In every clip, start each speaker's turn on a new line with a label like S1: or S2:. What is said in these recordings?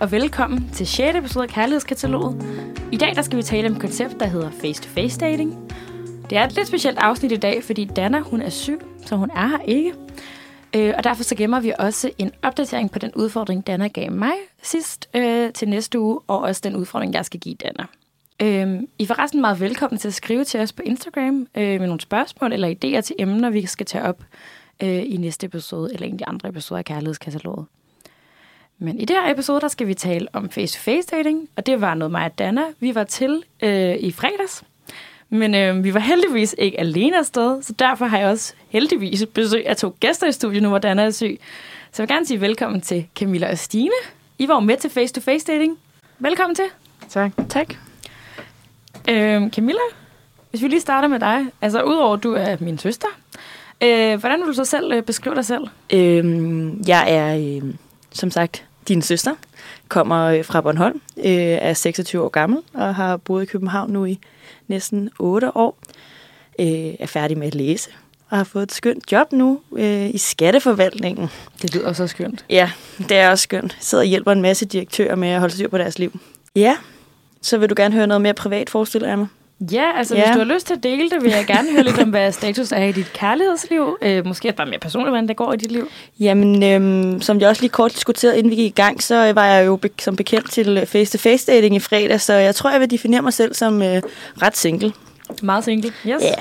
S1: og velkommen til 6. episode af Kærlighedskataloget. I dag der skal vi tale om et koncept, der hedder face-to-face dating. Det er et lidt specielt afsnit i dag, fordi Dana hun er syg, så hun er her ikke. Øh, og derfor så gemmer vi også en opdatering på den udfordring, Dana gav mig sidst øh, til næste uge, og også den udfordring, jeg skal give Dana. Øh, I er forresten meget velkommen til at skrive til os på Instagram øh, med nogle spørgsmål eller idéer til emner, vi skal tage op øh, i næste episode, eller en af de andre episoder af Kærlighedskataloget. Men i det her episode, der skal vi tale om face-to-face dating, og det var noget mig og Dana, vi var til øh, i fredags. Men øh, vi var heldigvis ikke alene afsted, så derfor har jeg også heldigvis besøg af to gæster i studiet nu, hvor Dana er syg. Så jeg vil gerne sige velkommen til Camilla og Stine. I var jo med til face-to-face dating. Velkommen til.
S2: Tak.
S3: Tak.
S1: Øh, Camilla, hvis vi lige starter med dig. Altså, udover at du er min søster, øh, hvordan vil du så selv øh, beskrive dig selv?
S3: Øhm, jeg er, øhm, som sagt, din søster. Kommer øh, fra Bornholm. Øh, er 26 år gammel og har boet i København nu i næsten 8 år. Øh, er færdig med at læse og har fået et skønt job nu øh, i skatteforvaltningen.
S1: Det lyder så skønt.
S3: Ja, det er også skønt. Sidder og hjælper en masse direktører med at holde styr på deres liv. Ja, så vil du gerne høre noget mere privat, forestiller jeg mig.
S1: Ja, altså
S3: Ja.
S1: hvis du har lyst til at dele det, vil jeg gerne høre lidt om, hvad status er i dit kærlighedsliv. Øh, måske bare mere personligt, hvordan det går i dit liv.
S3: Jamen, øhm, som jeg også lige kort diskuterede, inden vi gik i gang, så øh, var jeg jo be- som bekendt til øh, face-to-face dating i fredag, så jeg tror, jeg vil definere mig selv som øh, ret single.
S1: Meget single. Yes.
S3: Ja,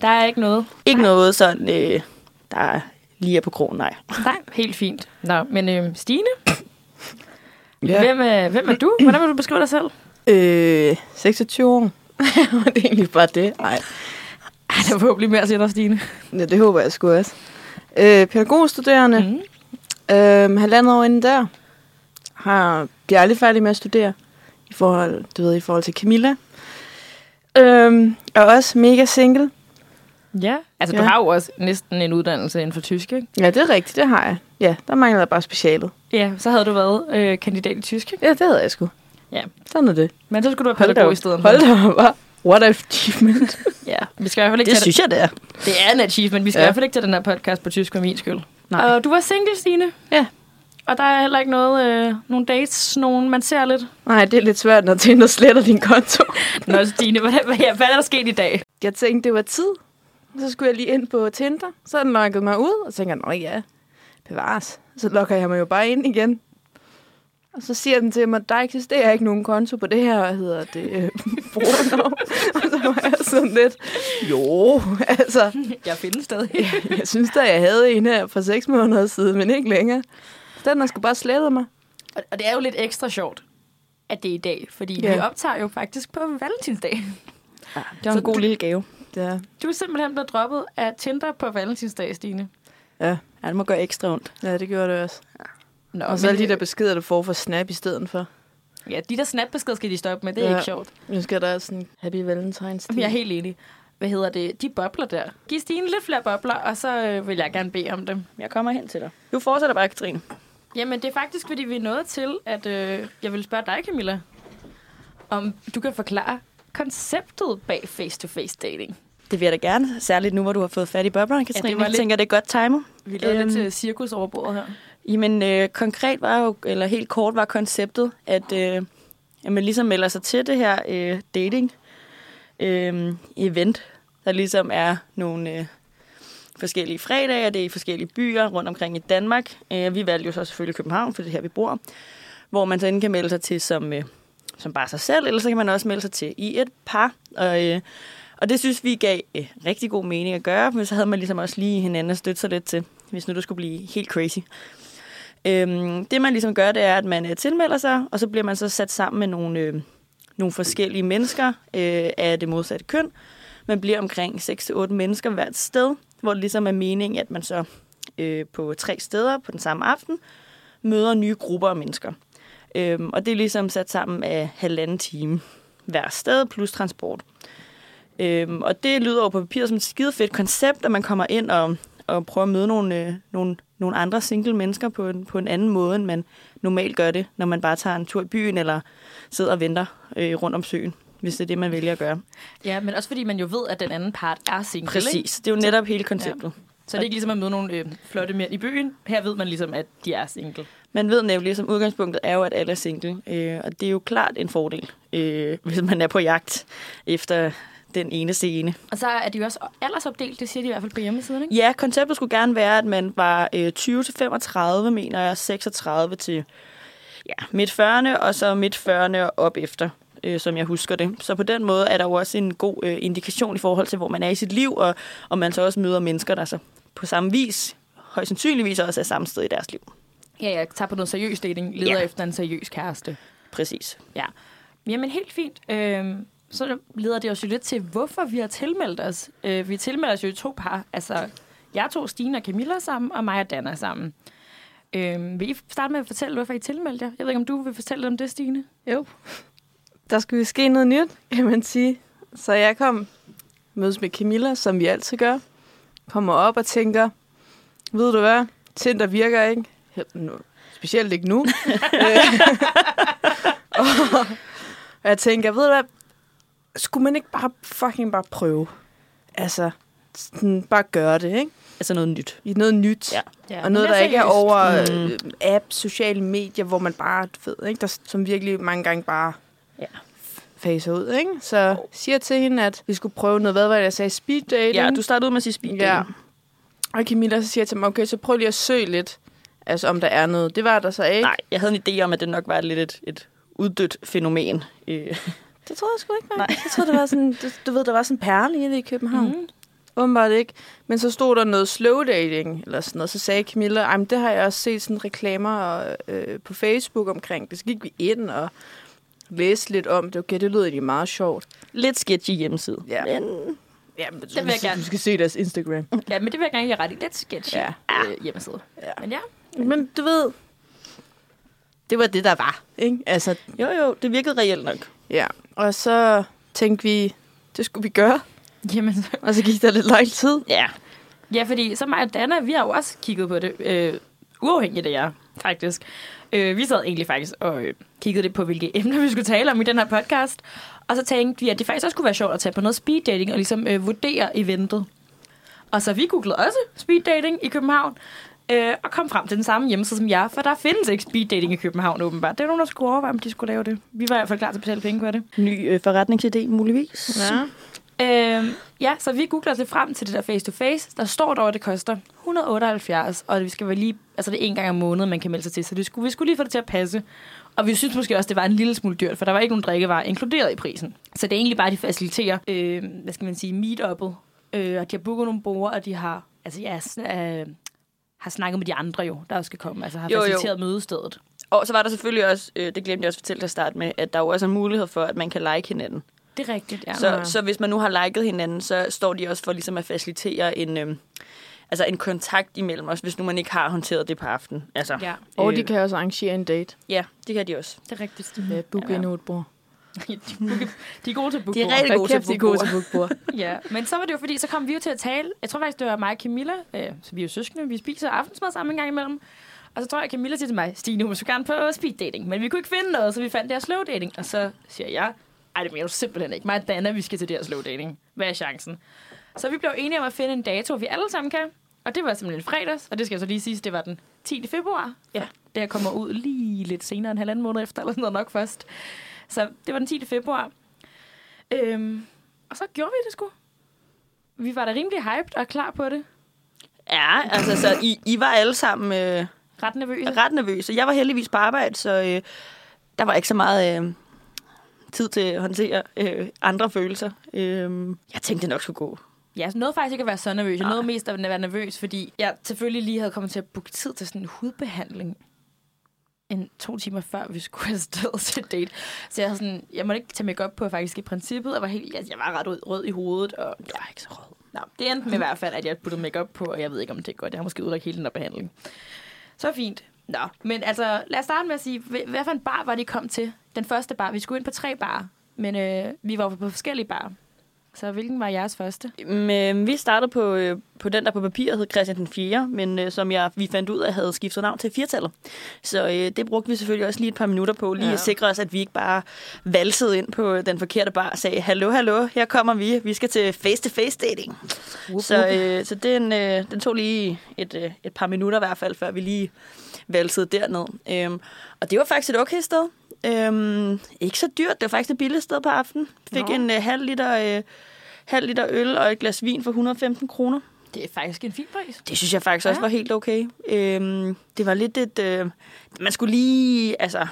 S1: Der er ikke noget.
S3: ikke noget sådan, øh, der lige er på krogen, nej.
S1: Nej, helt fint. Nå, men øh, Stine,
S2: Ja.
S1: hvem, er, hvem er du? Hvordan vil du beskrive dig selv?
S2: Øh, 26 år. det er egentlig bare det. Nej,
S1: Ej, der er forhåbentlig mere til dig, Stine.
S2: ja, det håber jeg sgu også. Øh, pædagogstuderende.
S1: Mm.
S2: Mm. Øh, halvandet år inden der. Har, bliver aldrig færdig med at studere. I forhold, du ved, i forhold til Camilla. Øh, og også mega single.
S1: Ja, altså du
S2: Ja.
S1: har jo også næsten en uddannelse inden for tysk, ikke?
S2: Ja, det er rigtigt, det har jeg. Ja, der mangler jeg bare specialet.
S1: Ja, så havde du været øh, kandidat i tysk, ikke?
S2: Ja, det havde jeg sgu.
S1: Ja.
S2: Sådan er det.
S1: Men så skulle du være
S2: Hold da
S1: pædagog i
S2: op.
S1: stedet.
S2: Hold da op. hva? What an achievement.
S1: Ja, vi skal i hvert fald ikke
S3: Det
S1: tage
S3: synes jeg, det er.
S1: det. Det er en achievement. Vi skal ja.
S2: Ja.
S1: i hvert fald ikke tage den her podcast på tysk for min skyld.
S2: Nej.
S1: Og du var single, Stine.
S2: Ja.
S1: Og der er heller ikke noget, øh, nogle dates, nogen man ser lidt.
S2: Nej, det er lidt svært, når Tinder sletter din konto.
S1: Nå, Stine, hvad, hvad, ja, hvad er der sket i dag?
S2: Jeg tænkte, det var tid. Så skulle jeg lige ind på Tinder. Så den loggede mig ud, og så tænker jeg, nå ja, bevares. Så logger jeg mig jo bare ind igen. Og så siger den til mig, der eksisterer ikke nogen konto på det her, og hedder det øh, brugernavn. og så var jeg sådan lidt, jo, altså,
S1: Jeg findes stadig.
S2: jeg synes da, jeg havde en her for seks måneder siden, men ikke længere. Så den har sgu bare slettet mig.
S1: Og, og det er jo lidt ekstra sjovt, at det er i dag. Fordi
S2: Ja.
S1: vi optager jo faktisk på valentinsdag.
S3: Det var en god lille gave.
S2: Ja,
S1: Du er simpelthen blevet droppet af Tinder på valentinsdag, Stine.
S2: ja,
S3: Ja, det må gøre ekstra ondt.
S2: ja det gjorde det også.
S1: Nå,
S2: Og så alle de der beskeder, du får fra Snap i stedet for.
S1: Ja, de der snapbeskeder skal de stoppe med. Det er ja.
S2: Ja.
S1: ikke sjovt.
S2: Nu skal der sådan, happy valentines
S1: Jamen, Jeg er helt enig. Hvad hedder det? De bobler der. Giv Stine lidt flere bobler, og så øh, vil jeg gerne bede om dem.
S3: Jeg kommer hen til dig. Du fortsætter bare, Katrine.
S1: Jamen, det er faktisk, fordi vi er nået til, at øh, jeg vil spørge dig, Camilla, om du kan forklare konceptet bag face-to-face dating.
S3: Det vil jeg da gerne, særligt nu, hvor du har fået fat i bobberen, Katrine. Ja,
S1: var
S3: det
S1: lidt-
S3: Jeg tænker, det er godt timer.
S1: Vi lavede øhm.
S3: Øhm.
S1: lidt øh, cirkus over bordet her.
S3: Jamen, øh, konkret var jo, eller helt kort var konceptet, at, øh, at man ligesom melder sig til det her øh, dating-event, der ligesom er nogle øh, forskellige fredage, det er i forskellige byer rundt omkring i Danmark. Øh, vi valgte jo så selvfølgelig København, for det er her, vi bor, hvor man så enten kan melde sig til som, øh, som bare sig selv, eller så kan man også melde sig til i et par, og... Øh, og det synes vi gav øh, rigtig god mening at gøre, men så havde man ligesom også lige hinanden at støtte sig lidt til, hvis nu det skulle blive helt crazy. Øhm, det man ligesom gør, det er, at man øh, tilmelder sig, og så bliver man så sat sammen med nogle, øh, nogle forskellige mennesker øh, af det modsatte køn. Man bliver omkring 6-8 mennesker hvert sted, hvor det ligesom er meningen, at man så øh, på tre steder på den samme aften møder nye grupper af mennesker. Øhm, og det er ligesom sat sammen af halvanden time hver sted, plus transport. Øhm, og det lyder jo på papir som et skide fedt koncept, at man kommer ind og, og prøver at møde nogle, øh, nogle, nogle andre single mennesker på en, på en anden måde, end man normalt gør det, når man bare tager en tur i byen eller sidder og venter øh, rundt om søen, hvis det er det, man vælger at gøre.
S1: Ja, men også fordi man jo ved, at den anden part er single.
S3: Præcis. Det er jo netop hele konceptet. Ja.
S1: Så det er ikke ligesom at møde nogle øh, flotte mænd i byen. Her ved man ligesom, at de er single.
S3: Man ved nemlig, som udgangspunktet er jo, at alle er single, øh, og det er jo klart en fordel, øh, hvis man er på jagt efter den ene scene.
S1: Og så er de jo også aldersopdelt, det siger de i hvert fald på hjemmesiden, ikke?
S3: Ja, konceptet skulle gerne være, at man var øh, 20-35, mener jeg, 36 til ja, midt 40'erne, og så midt 40'erne og op efter, øh, som jeg husker det. Så på den måde er der jo også en god øh, indikation i forhold til, hvor man er i sit liv, og om man så også møder mennesker, der så på samme vis, højst sandsynligvis også er samme sted i deres liv.
S1: Ja, jeg tager på noget seriøs dating, leder
S3: Ja.
S1: efter en seriøs kæreste.
S3: Præcis.
S1: Ja. Jamen helt fint. Øhm, så leder det os jo lidt til, hvorfor vi har tilmeldt os. Øh, vi tilmelder os jo i to par. Altså, jeg tog Stine og Camilla sammen, og mig og Dana sammen. Øhm, vil I starte med at fortælle, hvorfor I tilmeldte jer? Jeg ved ikke, om du vil fortælle om det, Stine?
S2: Jo. Der skulle jo ske noget nyt, kan man sige. Så jeg kom, mødes med Camilla, som vi altid gør. Kommer op og tænker, ved du hvad, Tinder virker ikke. Helt Nu. Specielt ikke nu. Øh. og jeg tænker, ved du hvad, skulle man ikke bare fucking bare prøve? Altså, sådan, bare gøre det, ikke?
S3: Altså noget nyt.
S2: I noget nyt.
S3: Ja.
S2: Og noget, der ikke er over
S3: Mm.
S2: mm. app, sociale medier, hvor man bare, du ved, ikke, der, som virkelig mange gange bare
S3: Ja.
S2: faser ud. Ikke? Så siger til hende, at vi skulle prøve noget, hvad var det, jeg sagde, speed dating?
S3: Ja, du startede ud med at sige speed dating.
S2: Ja. Og Camilla så siger til mig, okay, så prøv lige at søge lidt, altså om der er noget. Det var der så ikke.
S3: Nej, jeg havde en idé om, at det nok var lidt et, et uddødt fænomen. Øh,
S2: Det troede jeg sgu ikke,
S3: Nej.
S2: Nej. Jeg troede, der var sådan, du, du ved, der var sådan en perle i det i København. Mm. Åbenbart ikke. Men så stod der noget slow dating, eller sådan noget. Så sagde Camilla, "Ej, men det har jeg også set sådan reklamer øh, på Facebook omkring det. Så gik vi ind og læste lidt om det. Okay, det lød egentlig meget sjovt.
S3: lidt sketchy hjemmeside.
S2: Ja.
S3: Men
S2: Jamen, det
S1: vil jeg gerne.
S2: Du skal se deres Instagram.
S1: Ja, men det vil jeg gerne give ret i. Lidt sketchy ja.
S2: Ja.
S1: øh, hjemmeside.
S2: Ja.
S1: Men ja,
S2: Mm. Men du ved, det var det, der var. Ikke? Altså,
S3: jo, jo, det virkede reelt nok.
S2: ja. Og så tænkte vi, det skulle vi gøre.
S1: Jamen,
S2: Og så gik der lidt lang tid.
S3: Ja,
S1: ja, fordi så mig og Dana, vi har jo også kigget på det, øh, uafhængigt af jer, faktisk. Øh, vi sad egentlig faktisk og øh, kiggede lidt på, hvilke emner vi skulle tale om i den her podcast. Og så tænkte vi, at det faktisk også kunne være sjovt at tage på noget speed dating og ligesom øh, vurdere eventet. Og så vi googlede også speed dating i København. Øh, og kom frem til den samme hjemmeside som jeg, for der findes ikke speed dating i København åbenbart. Det var nogen, der skulle overveje, om de skulle lave det. Vi var i hvert fald klar til at betale penge for det.
S3: ny øh, forretningsidé muligvis.
S2: Ja.
S1: Øhm, ja, så vi googler det frem til det der face-to-face. Der står dog, at det koster 178, og vi skal vel lige, altså det er en gang om måneden, man kan melde sig til, så det skulle, vi skulle lige få det til at passe. Og vi synes måske også, det var en lille smule dyrt, for der var ikke nogen drikkevarer inkluderet i prisen. Så det er egentlig bare, at de faciliterer, øh, hvad skal man sige, meetuppet, øh, og de har booket nogle borger, og de har, altså ja, sn- øh, har snakket med de andre jo, der også skal komme, altså har
S3: Jo, jo.
S1: faciliteret mødestedet.
S3: Og så var der selvfølgelig også, øh, det glemte jeg også at fortælle til at starte med, at der jo også er mulighed for, at man kan like hinanden.
S1: Det er rigtigt, ja.
S3: Så, så hvis man nu har liket hinanden, så står de også for ligesom at facilitere en, øh, altså en kontakt imellem os, hvis nu man ikke har håndteret det på aftenen. Altså,
S1: ja,
S2: Og de kan også arrangere en date.
S3: ja, det kan de også.
S1: det er rigtigt.
S2: Øh. Ja, book
S3: Ja.
S2: ja. et bord.
S1: De er gode til at booke
S3: De er
S1: bord.
S3: rigtig gode til at booke bord.
S2: book bord.
S1: Ja, men så var det jo fordi, så kom vi jo til at tale. Jeg tror faktisk, det var mig og Camilla, øh, så vi er jo søskende, vi spiser aftensmad sammen en gang imellem. Og så tror jeg, at Camilla siger til mig, Stine, hun skulle gerne på speed dating, men vi kunne ikke finde noget, så vi fandt det her slow dating. Og så siger jeg, ej, det mener du simpelthen ikke. Mig og Dana, vi skal til det her slow dating. Hvad er chancen? Så vi blev enige om at finde en dato, vi alle sammen kan. Og det var simpelthen fredags, og det skal jeg så lige sige, det var den 10. februar.
S3: Ja.
S1: Det her kommer ud lige lidt senere, en halvanden måned efter, eller sådan noget nok først. Så det var den 10. februar. Øhm, og så gjorde vi det sgu. Vi var da rimelig hyped og klar på det.
S3: Ja, altså så I, I var alle sammen øh,
S1: Ret nervøse.
S3: ret nervøse. Jeg var heldigvis på arbejde, så øh, der var ikke så meget øh, tid til at håndtere øh, andre følelser. Øh, jeg tænkte, det nok skulle gå.
S1: Jeg nåede faktisk ikke at være så nervøs. Jeg nåede mest at være nervøs, fordi jeg selvfølgelig lige havde kommet til at booke tid til sådan en hudbehandling en to timer før vi skulle afsted til date. Så jeg, havde sådan, jeg måtte ikke tage makeup på faktisk i princippet. Jeg var, helt, jeg, jeg var ret ud, rød i hovedet. Og jeg var ikke så rød. Nå, det endte med i hvert fald, at jeg puttede makeup på, og jeg ved ikke, om det er godt. Jeg har måske udlagt hele den her behandling. Så fint. Nå, men altså, lad os starte med at sige, hvad hvad for en bar var det, I kom til? Den første bar. Vi skulle ind på tre bar, men øh, vi var på forskellige bar. Så hvilken var jeres første?
S3: Men vi startede på, øh, på den, der på papiret hed Christian den 4., men øh, som jeg, vi fandt ud af, havde skiftet navn til firtallet. Så øh, det brugte vi selvfølgelig også lige et par minutter på, lige ja.
S2: Ja.
S3: at sikre os, at vi ikke bare valsede ind på den forkerte bar og sagde, hallo, hallo, her kommer vi, vi skal til face-to-face dating.
S2: Whoop,
S3: Så, øh, så den, øh, den tog lige et, øh, et par minutter i hvert fald, før vi lige valsede derned. Øhm, og det var faktisk et okay sted. Øhm, ikke så dyrt, det var faktisk det billigste sted på aftenen. Fik
S1: Nå.
S3: en øh, halv, liter, øh, halv liter øl og et glas vin for 115 kroner.
S1: Det er faktisk en fin pris.
S3: Det synes jeg faktisk også
S1: Ja.
S3: var helt okay. Øhm, det var lidt et... Øh, man skulle lige... Altså,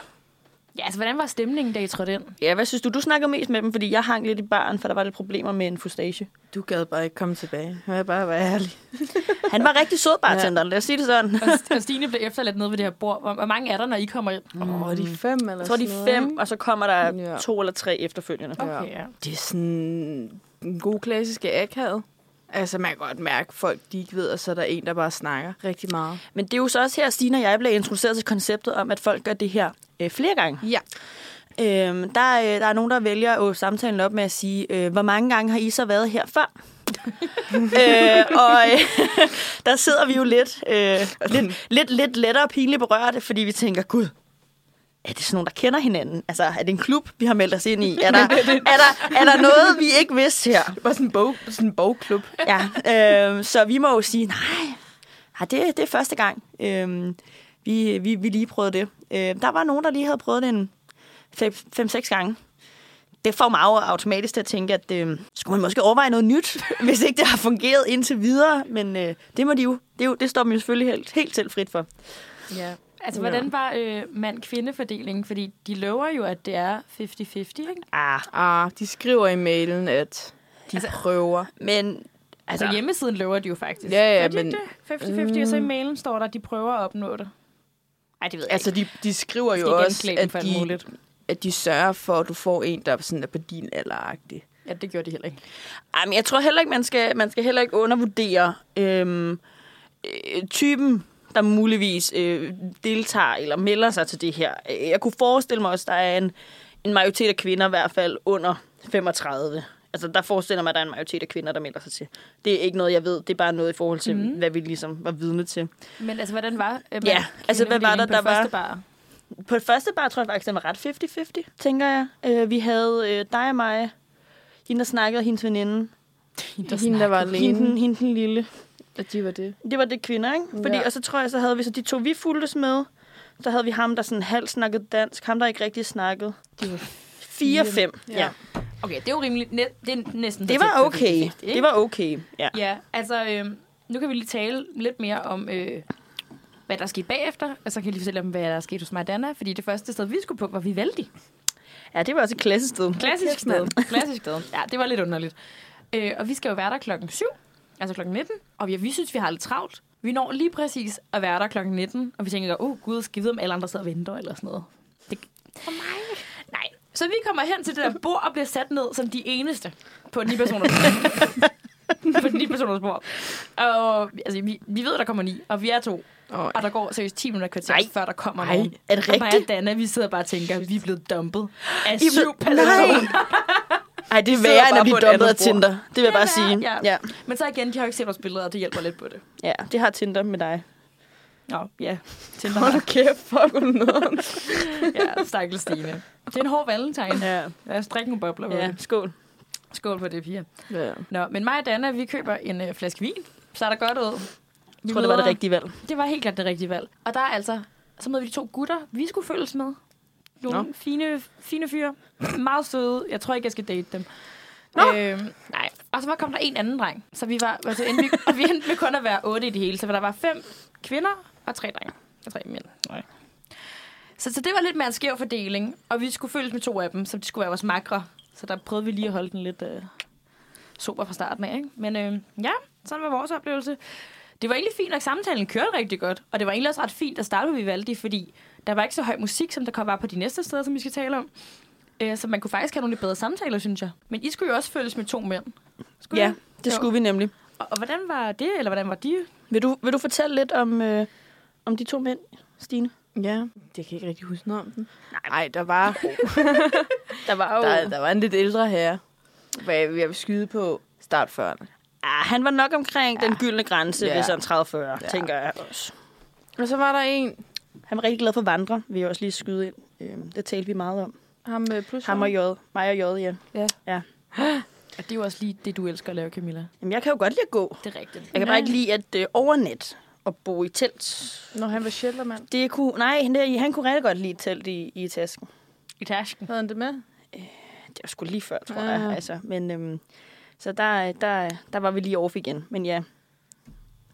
S1: Ja, altså, hvordan var stemningen, da I trådte ind?
S3: ja, hvad synes du? Du snakker mest med dem, fordi jeg hang lidt i baren, for der var lidt problemer med en fustage.
S2: Du gad bare ikke komme tilbage. Jeg vil bare være ærlig.
S3: Han var rigtig sød, bartenderen. Lad os sige det sådan.
S1: Og Altså, Stine blev efterladt nede ved det her bord. Hvor, hvor mange er der, når I kommer ind?
S3: Mm.
S2: Åh, oh, de er fem eller
S3: Jeg tror, de er fem, og så kommer der
S2: Ja.
S3: ja. to eller tre efterfølgende.
S2: Ja.
S1: Okay, ja.
S2: Det er sådan en god klassiske akavet. Altså, man kan godt mærke, folk de ikke ved, og så er der en, der bare snakker rigtig meget.
S3: Men det er jo så også her, Stine og jeg blev introduceret til konceptet om, at folk gør det her øh, flere gange.
S2: Ja.
S3: Øhm, der, er, øh, der er nogen, der vælger at åbne samtalen op med at sige, øh, hvor mange gange har I så været her før? øh, og øh, der sidder vi jo lidt, øh, lidt, lidt, lidt lettere pinligt berørt, fordi vi tænker, gud, er det sådan nogen, der kender hinanden? Altså, er det en klub, vi har meldt os ind i? Er der, er der, er der noget, vi ikke vidste her?
S2: Det var sådan en, bog, sådan en bogklub.
S3: ja, øh, så vi må jo sige, nej, nej det, det er første gang, øh, vi, vi, vi lige prøvede det. Øh, der var nogen, der lige havde prøvet det en 5-6 gange. Det får mig jo automatisk til at tænke, at øh, skulle man måske overveje noget nyt, hvis ikke det har fungeret indtil videre. Men øh, det må de jo. Det, er jo, det står dem jo selvfølgelig helt, helt selv frit for.
S2: Ja.
S1: Altså, hvordan var øh, mand-kvinde-fordelingen? Fordi de lover jo, at det er 50-50, ikke?
S3: Ah,
S2: Ah, de skriver i mailen, at de altså, prøver.
S3: men
S1: Altså,
S3: altså,
S1: på hjemmesiden lover de jo faktisk.
S2: Ja, ja,
S1: Gør de ikke
S2: men-
S1: det? 50-50, og
S3: Mm.
S1: så i mailen står der, at de prøver at opnå det. Nej, det ved jeg
S2: Altså,
S1: ikke.
S2: de, de skriver
S1: Jeg
S2: jo
S1: skal ikke
S2: også,
S1: anklage dem
S2: at
S1: for alt
S2: de,
S1: muligt.
S2: at de sørger for, at du får en, der sådan er på din alderagtig.
S1: Ja, det gjorde de heller ikke.
S3: Ej, men jeg tror heller ikke, man skal, man skal heller ikke undervurdere øhm, øh, typen, der muligvis øh, deltager eller melder sig til det her. Øh, Jeg kunne forestille mig også, at der er en, en majoritet af kvinder i hvert fald under 35. Altså, der forestiller mig, at der er en majoritet af kvinder, der melder sig til. Det er ikke noget, jeg ved. Det er bare noget i forhold til,
S2: Mhm.
S3: mm. hvad vi ligesom var vidne til.
S1: Men altså, hvordan var øh,
S3: Ja, altså, hvad var der, der var-
S1: Bar?
S3: På det første bar tror jeg faktisk, den var ret 50-50, tænker jeg. Øh, vi havde øh, dig og mig, hende, der snakkede, og hendes veninde.
S2: Hende, der var
S3: Hende,
S2: alene,
S3: den- hende, den lille.
S2: at de var det.
S3: Det var det kvinder, ikke? Fordi,
S2: Ja.
S3: Og så tror jeg, så havde vi så de to, vi fulgtes med. Så havde vi ham, der sådan halvt snakkede dansk. Ham, der ikke rigtig snakkede.
S2: De var
S3: 4-5. Ja.
S2: Ja.
S3: ja.
S1: Okay, det er jo rimeligt. Net, det er næsten...
S3: Det var okay. Det var okay. Ja.
S1: Ja, altså, øh, nu kan vi lige tale lidt mere om, øh, hvad der er sket bagefter, og så kan jeg lige fortælle om, hvad der er sket hos mig og Dana, fordi det første sted, vi skulle på, var Vivaldi.
S3: ja, det var også et klassested.
S1: Klassisk
S2: Kæft, mand.
S1: sted. Klassisk sted. Ja, det var lidt underligt. Øh, og vi skal jo være der klokken 7, altså klokken 19, og vi, vi synes, vi har lidt travlt. Vi når lige præcis at være der klokken 19, og vi tænker, åh oh, gud, skal vi vide, om alle andre sidder og venter eller sådan noget. Det... For mig? Nej. Så vi kommer hen til det der bord og bliver sat ned som de eneste på en personers på en personers bord. Og altså, vi, vi ved, der kommer ni, og vi er to.
S2: Ej.
S1: Og der går seriøst 10 minutter kvarter,
S3: Ej.
S1: før der kommer
S2: Ej.
S1: nogen.
S3: Er det
S1: Og mig og
S3: rigtigt?
S1: Dana, vi sidder bare og tænker, vi er blevet dumpet af
S3: I
S1: syv
S3: blev-
S1: personer.
S3: Ej, det er
S2: sidder
S3: værre, end
S2: bare
S3: at
S2: på
S3: blive
S2: et
S3: dumpet af
S2: andet bord.
S3: Tinder. Det vil jeg bare sige.
S1: Ja.
S3: Ja.
S1: ja. Men så igen, de har jo ikke set vores billeder, og det hjælper lidt på det.
S3: ja, det har Tinder med dig.
S1: Nå, ja.
S2: Hold
S1: Tinder.
S2: da kæft, fuck hun noget.
S1: ja, stakkel Stine. Det er en hård valentine.
S3: Ja.
S1: Lad os drikke nogle bobler.
S3: ja.
S1: Ja.
S3: Skål.
S1: Skål på det, piger.
S2: Ja.
S1: Nå, men mig og Dana, vi køber en øh, flaske vin. Så er der godt ud. Vi
S3: Jeg tror, det var det
S1: møder-
S3: rigtige valg.
S1: Det var helt klart det rigtige valg. Og der er altså, så møder vi de to gutter, vi skulle følges med. Nogle
S2: Nå.
S1: fine, fine fyre. Meget søde. Jeg tror ikke, jeg skal date dem.
S2: Nå.
S1: Øhm, nej. Og så var- kom der en anden dreng. Så vi var, altså, endte vi, og vi endte med kun at være otte i det hele. Så der var fem kvinder og tre drenge. Og tre mænd. Nej. Så, så det var lidt mere en skæv fordeling. Og vi skulle følges med to af dem, så de skulle være vores makre. Så der prøvede vi lige at holde den lidt øh, sober fra starten af. Ikke? Men øh, ja, sådan var vores oplevelse. Det var egentlig fint, at samtalen kørte rigtig godt. Og det var egentlig også ret fint at starte med Vivaldi, fordi der var ikke så høj musik, som der kom var på de næste steder, som vi skal tale om. Øh, Så man kunne faktisk have nogle lidt bedre samtaler, synes jeg. Men I skulle jo også følges med to mænd. Skulle
S3: Ja,
S1: I?
S3: det
S1: Jo.
S3: skulle vi nemlig.
S1: Og, og hvordan var det, eller hvordan var de?
S3: Vil du, vil du fortælle lidt om, øh, om de to mænd, Stine?
S2: Ja, det kan jeg ikke rigtig huske noget om den. Nej, der var,
S3: Der var jo...
S2: der, der var en lidt ældre herre. Hvad jeg vil skyde på start 40'erne.
S3: Ah, han var nok omkring ja. den gyldne grænse,
S2: Ja.
S3: ja. hvis han 30-40, ja.
S2: Ja.
S3: tænker jeg også.
S2: Og så var der en,
S3: Han var rigtig glad for vandre, vil jeg også lige skyde ind. Øhm, Det talte vi meget om.
S2: ham med øh, plus.
S3: Ham og J. Mig og J, ja.
S2: Ja.
S3: ja.
S1: Og det er jo også lige det, du elsker at lave, Camilla.
S3: Jamen, jeg kan jo godt lide at gå.
S1: Det er rigtigt.
S3: Jeg kan bare ikke lide at øh, overnat og bo i telt.
S2: Når han var sjældermand,
S3: Det kunne, nej, han, der, han kunne rigtig godt lide et telt i, i tasken.
S1: I tasken.
S2: havde han det med?
S3: Det var sgu lige før, tror
S2: Ja.
S3: jeg. Altså. Men, øhm, så der, der, der var vi lige off igen. Men ja,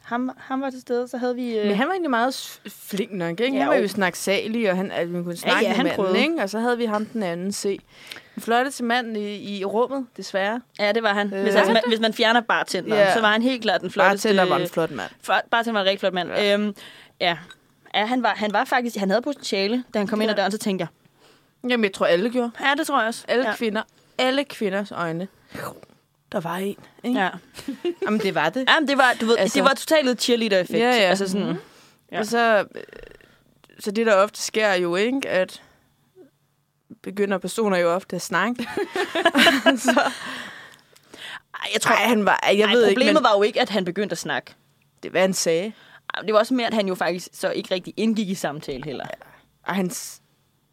S3: ham, ham var til stede, så havde vi... øh,
S2: Men han var egentlig meget s- flink nok, ikke?
S3: Ja,
S2: Ja, han var
S3: jo.
S2: jo snakke salig, og han, altså, vi kunne snakke
S3: ja,
S2: ja, ja,
S3: han
S2: med manden,
S3: prøvede.
S2: ikke? Og så havde vi ham den anden se. Den flotteste mand i, i rummet, desværre.
S3: ja, det var han. Hvis,
S2: Øh.
S3: altså, man, hvis man fjerner bartenderen,
S2: Ja.
S3: så var han helt klart den flotteste...
S2: Bartender var en flot mand.
S3: flot. Bartenderen var en rigtig flot mand. Ja. Øhm, ja. ja han, var, han var faktisk... Han havde potentiale, da han kom ja. ind ad døren, så tænkte jeg,
S2: Jamen, jeg tror, alle gjorde.
S3: ja, det tror jeg også.
S2: Alle
S3: ja.
S2: ja. kvinder. Alle kvinders øjne. Der var en. Ikke?
S3: Ja.
S2: Jamen, det var det.
S3: ja, men det var, du ved, altså,
S2: Altså-
S3: det var totalt cheerleader-effekt.
S2: Ja, Mhm. ja.
S3: Altså sådan, Ja.
S2: Ja. Og så, øh, så det, der ofte sker jo, ikke, at begynder personer jo ofte at snakke. så,
S3: ej, jeg tror,
S2: nej, han var, jeg
S3: Ej,
S2: ved
S3: problemet
S2: ikke, men
S3: var jo ikke, at han begyndte at snakke.
S2: det var, han sagde.
S3: Ej, Det var også mere, at han jo faktisk så ikke rigtig indgik i samtale heller.
S2: Og han s-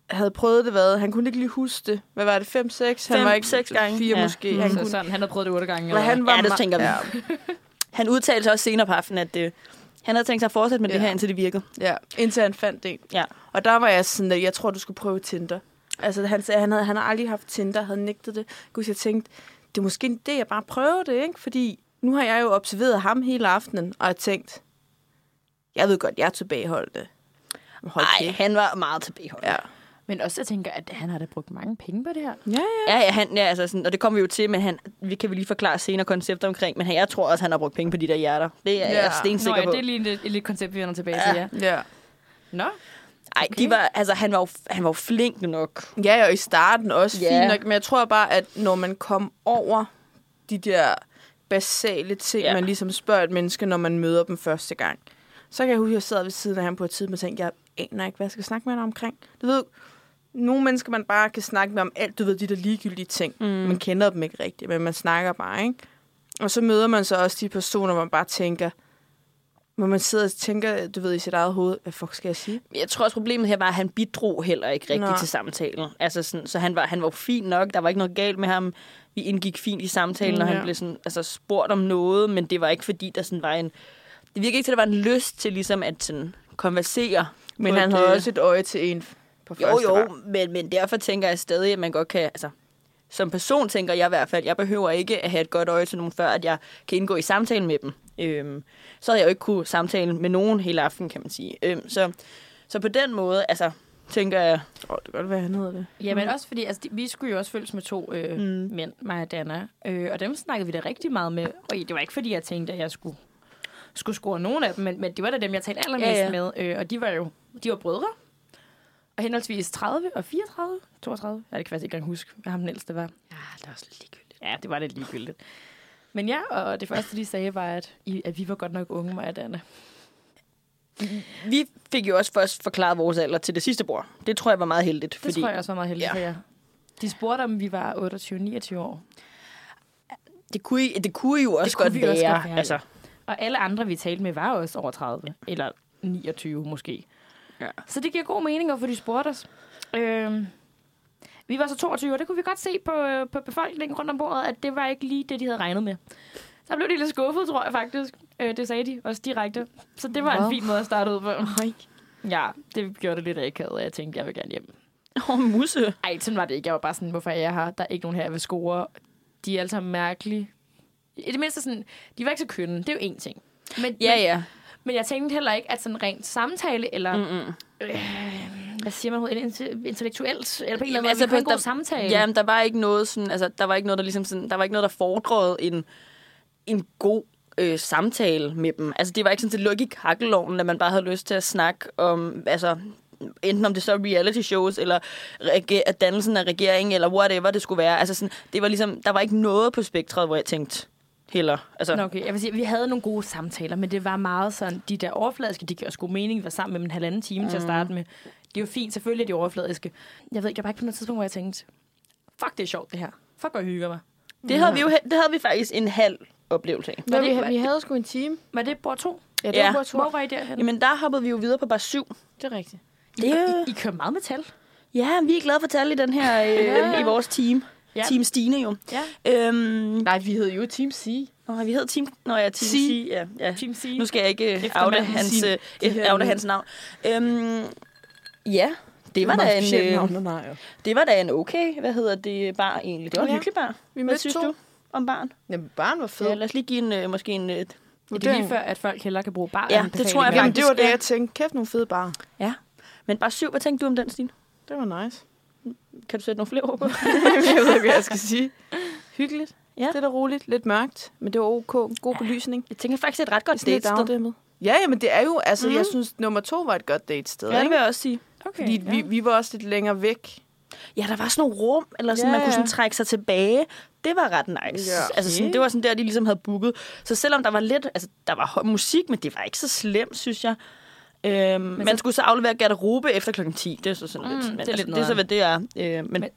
S2: havde prøvet det, hvad? Han kunne ikke lige huske det. Hvad var det? 5, 6? Han
S3: Fem,
S2: var ikke
S3: seks gange.
S2: Fire
S3: Ja.
S2: ja. måske.
S1: Mm.
S2: Han
S1: Så
S2: kunne,
S1: sådan, han har prøvet det otte gange.
S2: og
S1: Eller?
S2: han var
S3: Ja, det
S2: me-
S3: tænker vi.
S2: Ja,
S3: Han udtalte også senere på aftenen, at øh, han havde tænkt sig at fortsætte med ja. det
S2: Ja.
S3: her, indtil det virkede.
S2: ja, indtil han fandt en.
S3: Ja.
S2: Og der var jeg sådan, at jeg tror, du skulle prøve Tinder. Altså, han sagde, at han havde, han havde aldrig haft Tinder, havde nægtet det. Jeg kunne huske, jeg tænkte, det er måske en idé, jeg bare prøver det, ikke? Fordi nu har jeg jo observeret ham hele aftenen, og jeg tænkt, jeg ved godt, jeg er tilbageholdende. Men Hold
S3: Nej,
S2: kæft.
S3: han var meget tilbageholdt.
S2: Ja.
S1: Men også, jeg tænker, at han har da brugt mange penge på det her.
S2: Ja, ja.
S3: Ja, ja, han, ja altså sådan, og det kommer vi jo til, men han, vi kan vi lige forklare senere koncepter omkring, men han, jeg tror også, han har brugt penge på de der hjerter. Det er ja.
S2: Ja.
S3: jeg stensikker
S1: Nå, ja,
S3: på.
S1: det er lige et, et lidt koncept, vi vender tilbage til, ja.
S2: Ja,
S1: Nå,
S3: Ej, de var, altså, han var, jo, han var jo flink nok.
S2: ja og i starten også
S3: Ja.
S2: yeah. fint nok, men jeg tror bare, at når man kom over de der basale ting,
S3: Ja.
S2: yeah. man ligesom spørger et menneske, når man møder dem første gang, så kan jeg huske, at jeg sad ved siden af ham på et tidspunkt og tænkte, jeg aner ikke, hvad jeg skal snakke med ham omkring. Du ved, nogle mennesker, man bare kan snakke med om alt, du ved, de der ligegyldige ting. Mm. Man kender dem ikke rigtigt, men man snakker bare, ikke? Og så møder man så også de personer, hvor man bare tænker, hvor man sidder og tænker, du ved, i sit eget hoved, hvad fuck skal jeg sige?
S3: Jeg tror også, problemet her var, at han bidrog heller ikke rigtigt
S2: Nå.
S3: til samtalen. Altså sådan, så han var, han var jo fin nok, der var ikke noget galt med ham. Vi indgik fint i samtalen, og
S2: Ja.
S3: han blev sådan, altså, spurgt om noget, men det var ikke fordi, der sådan var en... Det virkede ikke til, at der var en lyst til ligesom at sådan, konversere.
S2: Men
S3: på
S2: han
S3: et,
S2: havde
S3: øh,
S2: også et øje til en på
S3: Jo,
S2: første gang.
S3: jo, men, men derfor tænker jeg stadig, at man godt kan... Altså, som person tænker jeg i hvert fald, jeg behøver ikke at have et godt øje til nogen, før at jeg kan indgå i samtalen med dem. Øhm, så havde jeg jo ikke kunne samtale med nogen hele aften, kan man sige. Øhm, så, så på den måde, altså, tænker jeg...
S2: Åh, det kan godt være, han hedder det.
S1: Ja, men også fordi, altså, de- vi skulle jo også følges med to
S3: øhm,
S1: øh, mm. mænd, mig og Dana. Øh, og dem snakkede vi da rigtig meget med. Og det var ikke fordi, jeg tænkte, at jeg skulle, skulle score nogen af dem, men, men det var da dem, jeg talte allermest
S3: Ja,
S1: ja,
S3: ja.
S1: ja. med. Øh, og de var jo de var brødre. Og henholdsvis 30 og 34, 32. Jeg kan faktisk ikke engang huske, hvad ham den ældste var.
S3: Ja, det er også lidt ligegyldigt.
S1: Ja, det var lidt ligegyldigt. Men ja, og det første, de sagde, var, at, I, at vi var godt nok unge, mig og Dana.
S3: Vi fik jo også først forklaret vores alder til det sidste bord. Det tror jeg var meget heldigt.
S1: Det fordi, tror jeg også var meget heldigt
S3: Ja.
S1: ja. for jer. De spurgte, om vi var 28-29 år.
S3: Det kunne, I- det kunne I jo også,
S1: kunne
S3: godt,
S1: vi
S3: være.
S1: også godt være, ja.
S3: Altså,
S1: Og alle andre, vi talte med, var også over 30. Eller 29 måske.
S3: Ja.
S1: Så det giver god mening at få de spurgte os. Øhm, vi var så 22, og det kunne vi godt se på, øh, på befolkningen rundt om bordet, at det var ikke lige det, de havde regnet med. Så blev de lidt skuffet, tror jeg faktisk. Øh, det sagde de også direkte. Så det var wow.
S2: Wow.
S1: en fin måde at starte ud på.
S2: Nej.
S1: Ja, det gjorde det lidt akavet, og jeg tænkte, jeg vil gerne hjem.
S3: åh, musse.
S1: Ej, sådan var det ikke. Jeg var bare sådan, hvorfor er jeg her? Der er ikke nogen her, jeg vil score. De er alle sammen mærkelige. I det mindste sådan, de var ikke så kønne. Det er jo én ting. Men,
S3: Ja, ja.
S1: men jeg tænkte heller ikke, at sådan rent samtale, eller mm-hmm. øh, hvad siger man, overhovedet, inte- intellektuelt, eller på en eller anden måde, altså, vi kunne have en god samtale.
S3: Jamen, der var ikke noget sådan, altså, der var ikke noget, der ligesom sådan, der var ikke noget, der fordrede en, en god øh, samtale med dem. Altså, det var ikke sådan, det lå ikke i kakkeloven, at man bare havde lyst til at snakke om, altså, enten om det så er reality shows, eller rege- at dannelsen af regeringen, eller whatever det skulle være. Altså, sådan, det var ligesom, der var ikke noget på spektret, hvor jeg tænkte, heller. Altså,
S1: Nå, okay. Jeg vil sige, vi havde nogle gode samtaler, men det var meget sådan, de der overfladiske, det giver også god mening, vi var sammen med dem en halvanden time mm. til at starte med. Det er jo fint, selvfølgelig er de overfladiske. Jeg ved ikke, jeg var ikke på noget tidspunkt, hvor jeg tænkte, fuck, det er sjovt det her. Fuck, hvor jeg hygger mig.
S3: det, havde vi jo, he- det havde vi faktisk en halv oplevelse af.
S1: Var
S2: Men
S1: det-
S2: vi, vi havde sgu en time.
S1: Var det bord to?
S2: Ja,
S3: Ja.
S2: det var
S1: Hvor
S2: tur.
S1: var I derhen?
S3: Jamen, der hoppede vi jo videre på bare syv.
S2: Det er rigtigt.
S1: I, I kører meget med tal.
S3: Ja, vi er glade for tal i den her, øh, i vores team.
S1: Ja.
S3: Ja. Team Stine jo.
S1: Ja.
S3: Øhm,
S2: Nej, vi hed jo Team C.
S3: Nå, vi hedder Team... Nå ja, Team
S2: Si.
S3: C. ja, ja.
S1: Team C.
S3: Nu skal jeg ikke øh,
S1: Eftermanden
S3: oute hans,
S2: Sim.
S3: øh,
S2: De her-
S3: oute hans navn. Øhm, ja, det var, da en, øh,
S2: nej.
S3: det var da en okay, hvad hedder det, bar egentlig. Det var en
S2: Ja.
S3: hyggelig bar.
S2: Vi
S3: Hvad
S2: mødte
S3: synes
S2: to.
S3: du om barn?
S2: Jamen, barn var fed.
S3: Ja, lad os lige give en, øh, måske en... Øh,
S1: Er det lige før, at folk heller kan bruge bare
S3: Ja, det tror jeg
S2: Jamen,
S3: faktisk.
S2: det var det,
S3: ja.
S2: jeg tænkte. Kæft, nogle fede bar.
S3: ja. Men bare syv, hvad tænkte du om den, Stine?
S2: Det var nice.
S3: Kan du sætte nogle flere ord på?
S2: jeg ved ikke, hvad jeg skal sige. Hyggeligt.
S3: Ja.
S2: Ja. Det er roligt. Lidt mørkt, men det var ok. God
S1: Ja.
S2: belysning.
S3: Jeg tænker faktisk, det er et ret godt
S2: Sådan lidt
S3: date-sted.
S2: dagdæmmet. Ja, jamen det er jo, altså
S3: Mhm.
S2: mm. jeg synes, nummer to var et godt date sted,
S3: Ja, det
S2: ikke?
S3: vil jeg også sige.
S1: Okay,
S2: Fordi vi, vi var også lidt længere væk.
S3: Ja, der var sådan nogle rum, eller sådan,
S2: Ja,
S3: man kunne
S2: ja.
S3: sådan trække sig tilbage. Det var ret nice.
S2: Ja.
S3: Altså, sådan, det var sådan der, de ligesom havde booket. Så selvom der var lidt, altså, der var høj musik, men det var ikke så slemt, synes jeg. Øhm, man
S1: så-
S3: skulle så aflevere garderobe efter klokken 10. Det er så sådan
S1: Mm,
S3: lidt.
S1: det er
S3: Men,
S1: lidt
S3: altså, det er
S1: noget
S3: så, hvad det er. Øh, men,
S1: Men-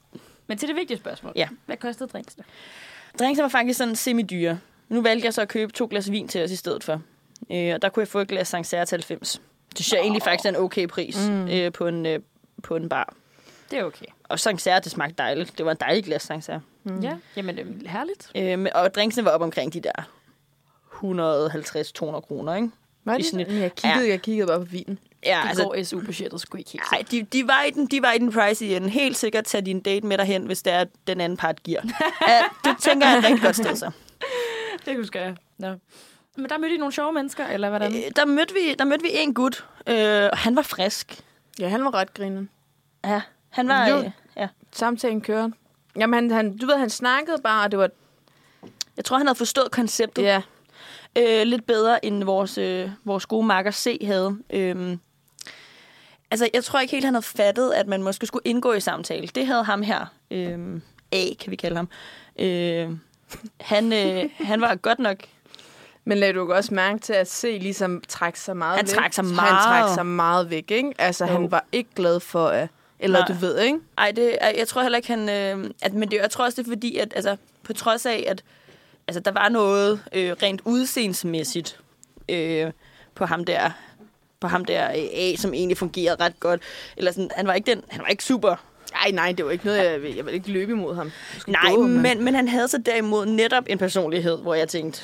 S1: Men til det vigtige spørgsmål.
S3: Ja.
S1: Hvad kostede drinksene?
S3: Drinks var faktisk sådan semi-dyre. Nu valgte jeg så at købe to glas vin til os i stedet for. Øh, og der kunne jeg få et glas Sancerre til 90. Det synes jeg egentlig faktisk er en okay pris mm. øh, på, en, øh, på en bar.
S1: Det er okay.
S3: Og Sancerre, det smagte dejligt. Det var en dejlig glas Sancerre.
S1: Mm. Ja, jamen øhm, herligt.
S3: Øhm, og drinksene var op omkring de der 150-200 kroner, ikke?
S2: Var
S3: I sådan et-
S2: jeg, kiggede, ja. jeg kiggede bare på vinen.
S3: Ja,
S1: Det altså,
S3: altså...
S1: går SU-budgettet sgu ikke helt.
S3: Nej, de, de, var i den, de var i den price i den. Helt sikkert tage din date med dig hen, hvis det er, at den anden part giver. ja, det tænker jeg er et rigtig godt sted, så.
S1: Det husker jeg. Nå. Men der mødte I nogle sjove mennesker, eller hvordan?
S3: Øh, der, mødte vi, der mødte vi en gut, øh, og han var frisk.
S2: Ja, han var ret grinen.
S3: Ja, han var...
S2: Jo.
S3: Øh, ja.
S2: Samtalen kørte. Jamen, han, han, du ved, han snakkede bare, og det var...
S3: Jeg tror, han havde forstået konceptet
S2: Ja,
S3: øh, lidt bedre, end vores, øh, vores gode marker C havde. Øhm, altså, jeg tror ikke helt, han havde fattet, at man måske skulle indgå i samtale. Det havde ham her, øhm, A kan vi kalde ham. Øh, han, øh, han var godt nok...
S2: men lagde du også mærke til at se ligesom træk sig meget
S3: Han
S2: væk?
S3: trak sig
S2: Så
S3: meget.
S2: Han trak sig meget væk, ikke? Altså,
S3: Jo.
S2: han var ikke glad for at... Eller
S3: Nej.
S2: Nej. du ved, ikke?
S3: Ej, det, ej, jeg tror heller ikke, han... Øh, at, men det, jeg tror også, det er fordi, at altså, på trods af, at altså, der var noget øh, rent udseendsmæssigt øh, på ham der på ham der øh, A, som egentlig fungerede ret godt. Eller sådan, han var ikke den, han var ikke super
S2: Nej, nej, det var ikke noget, jeg, jeg ville ikke løbe imod ham. Du skal
S3: Nej,
S2: gå, mand.
S3: men, men han havde så derimod netop en personlighed, hvor jeg tænkte,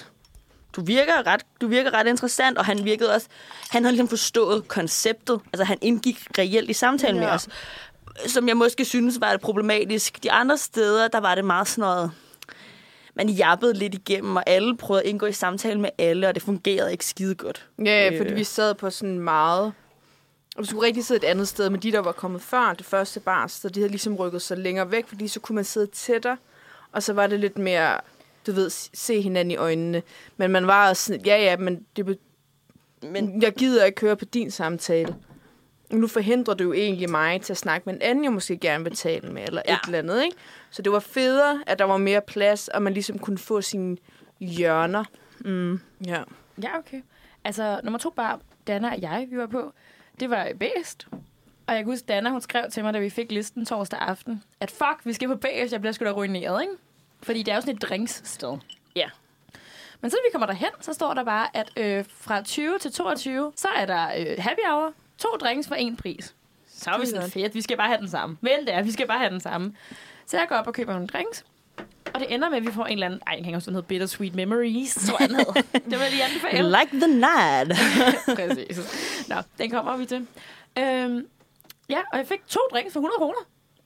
S3: du virker ret, du virker ret interessant, og han virkede også, han havde ligesom forstået konceptet, altså han indgik reelt i samtalen ja. med
S2: Ja.
S3: os, som jeg måske synes var problematisk. De andre steder, der var det meget sådan noget, man jappede lidt igennem, og alle prøvede at indgå i samtale med alle, og det fungerede ikke skide godt.
S2: Ja,
S3: Øh.
S2: øh. fordi vi sad på sådan meget... Og vi skulle rigtig sidde et andet sted, men de, der var kommet før det første bar, så de havde ligesom rykket sig længere væk, fordi så kunne man sidde tættere, og så var det lidt mere, du ved, s- se hinanden i øjnene. Men man var også sådan, ja, ja, men det, be-
S3: Men
S2: jeg gider ikke høre på din samtale. Nu forhindrer du jo egentlig mig til at snakke med en anden, jeg måske gerne vil tale med, eller
S3: Ja.
S2: ja. et eller andet, ikke? Så det var federe, at der var mere plads, og man ligesom kunne få sine hjørner. Mm. Ja.
S1: Ja, okay. Altså, nummer to bar, Dana og jeg, vi var på, det var bedst. Og jeg kan huske, Dana, hun skrev til mig, da vi fik listen torsdag aften, at fuck, vi skal på bæs, jeg bliver sgu da ruineret, ikke? Fordi det er jo sådan et drinkssted.
S3: ja,
S1: Men så når vi kommer derhen, så står der bare, at øh, fra 20 til 22, så er der øh, happy hour, to drinks for en pris. Så er vi sådan, fedt, vi skal bare have den samme. Men det er, vi skal bare have den samme. Så jeg går op og køber nogle drinks, og det ender med, at vi får en eller anden... Ej, den kan ikke huske, den hedder Bittersweet Memories, tror jeg, den hed. Det var lige andet for
S3: like the night.
S1: Præcis. Nå, den kommer vi til. Øhm, ja, og jeg fik to drinks for 100 kroner.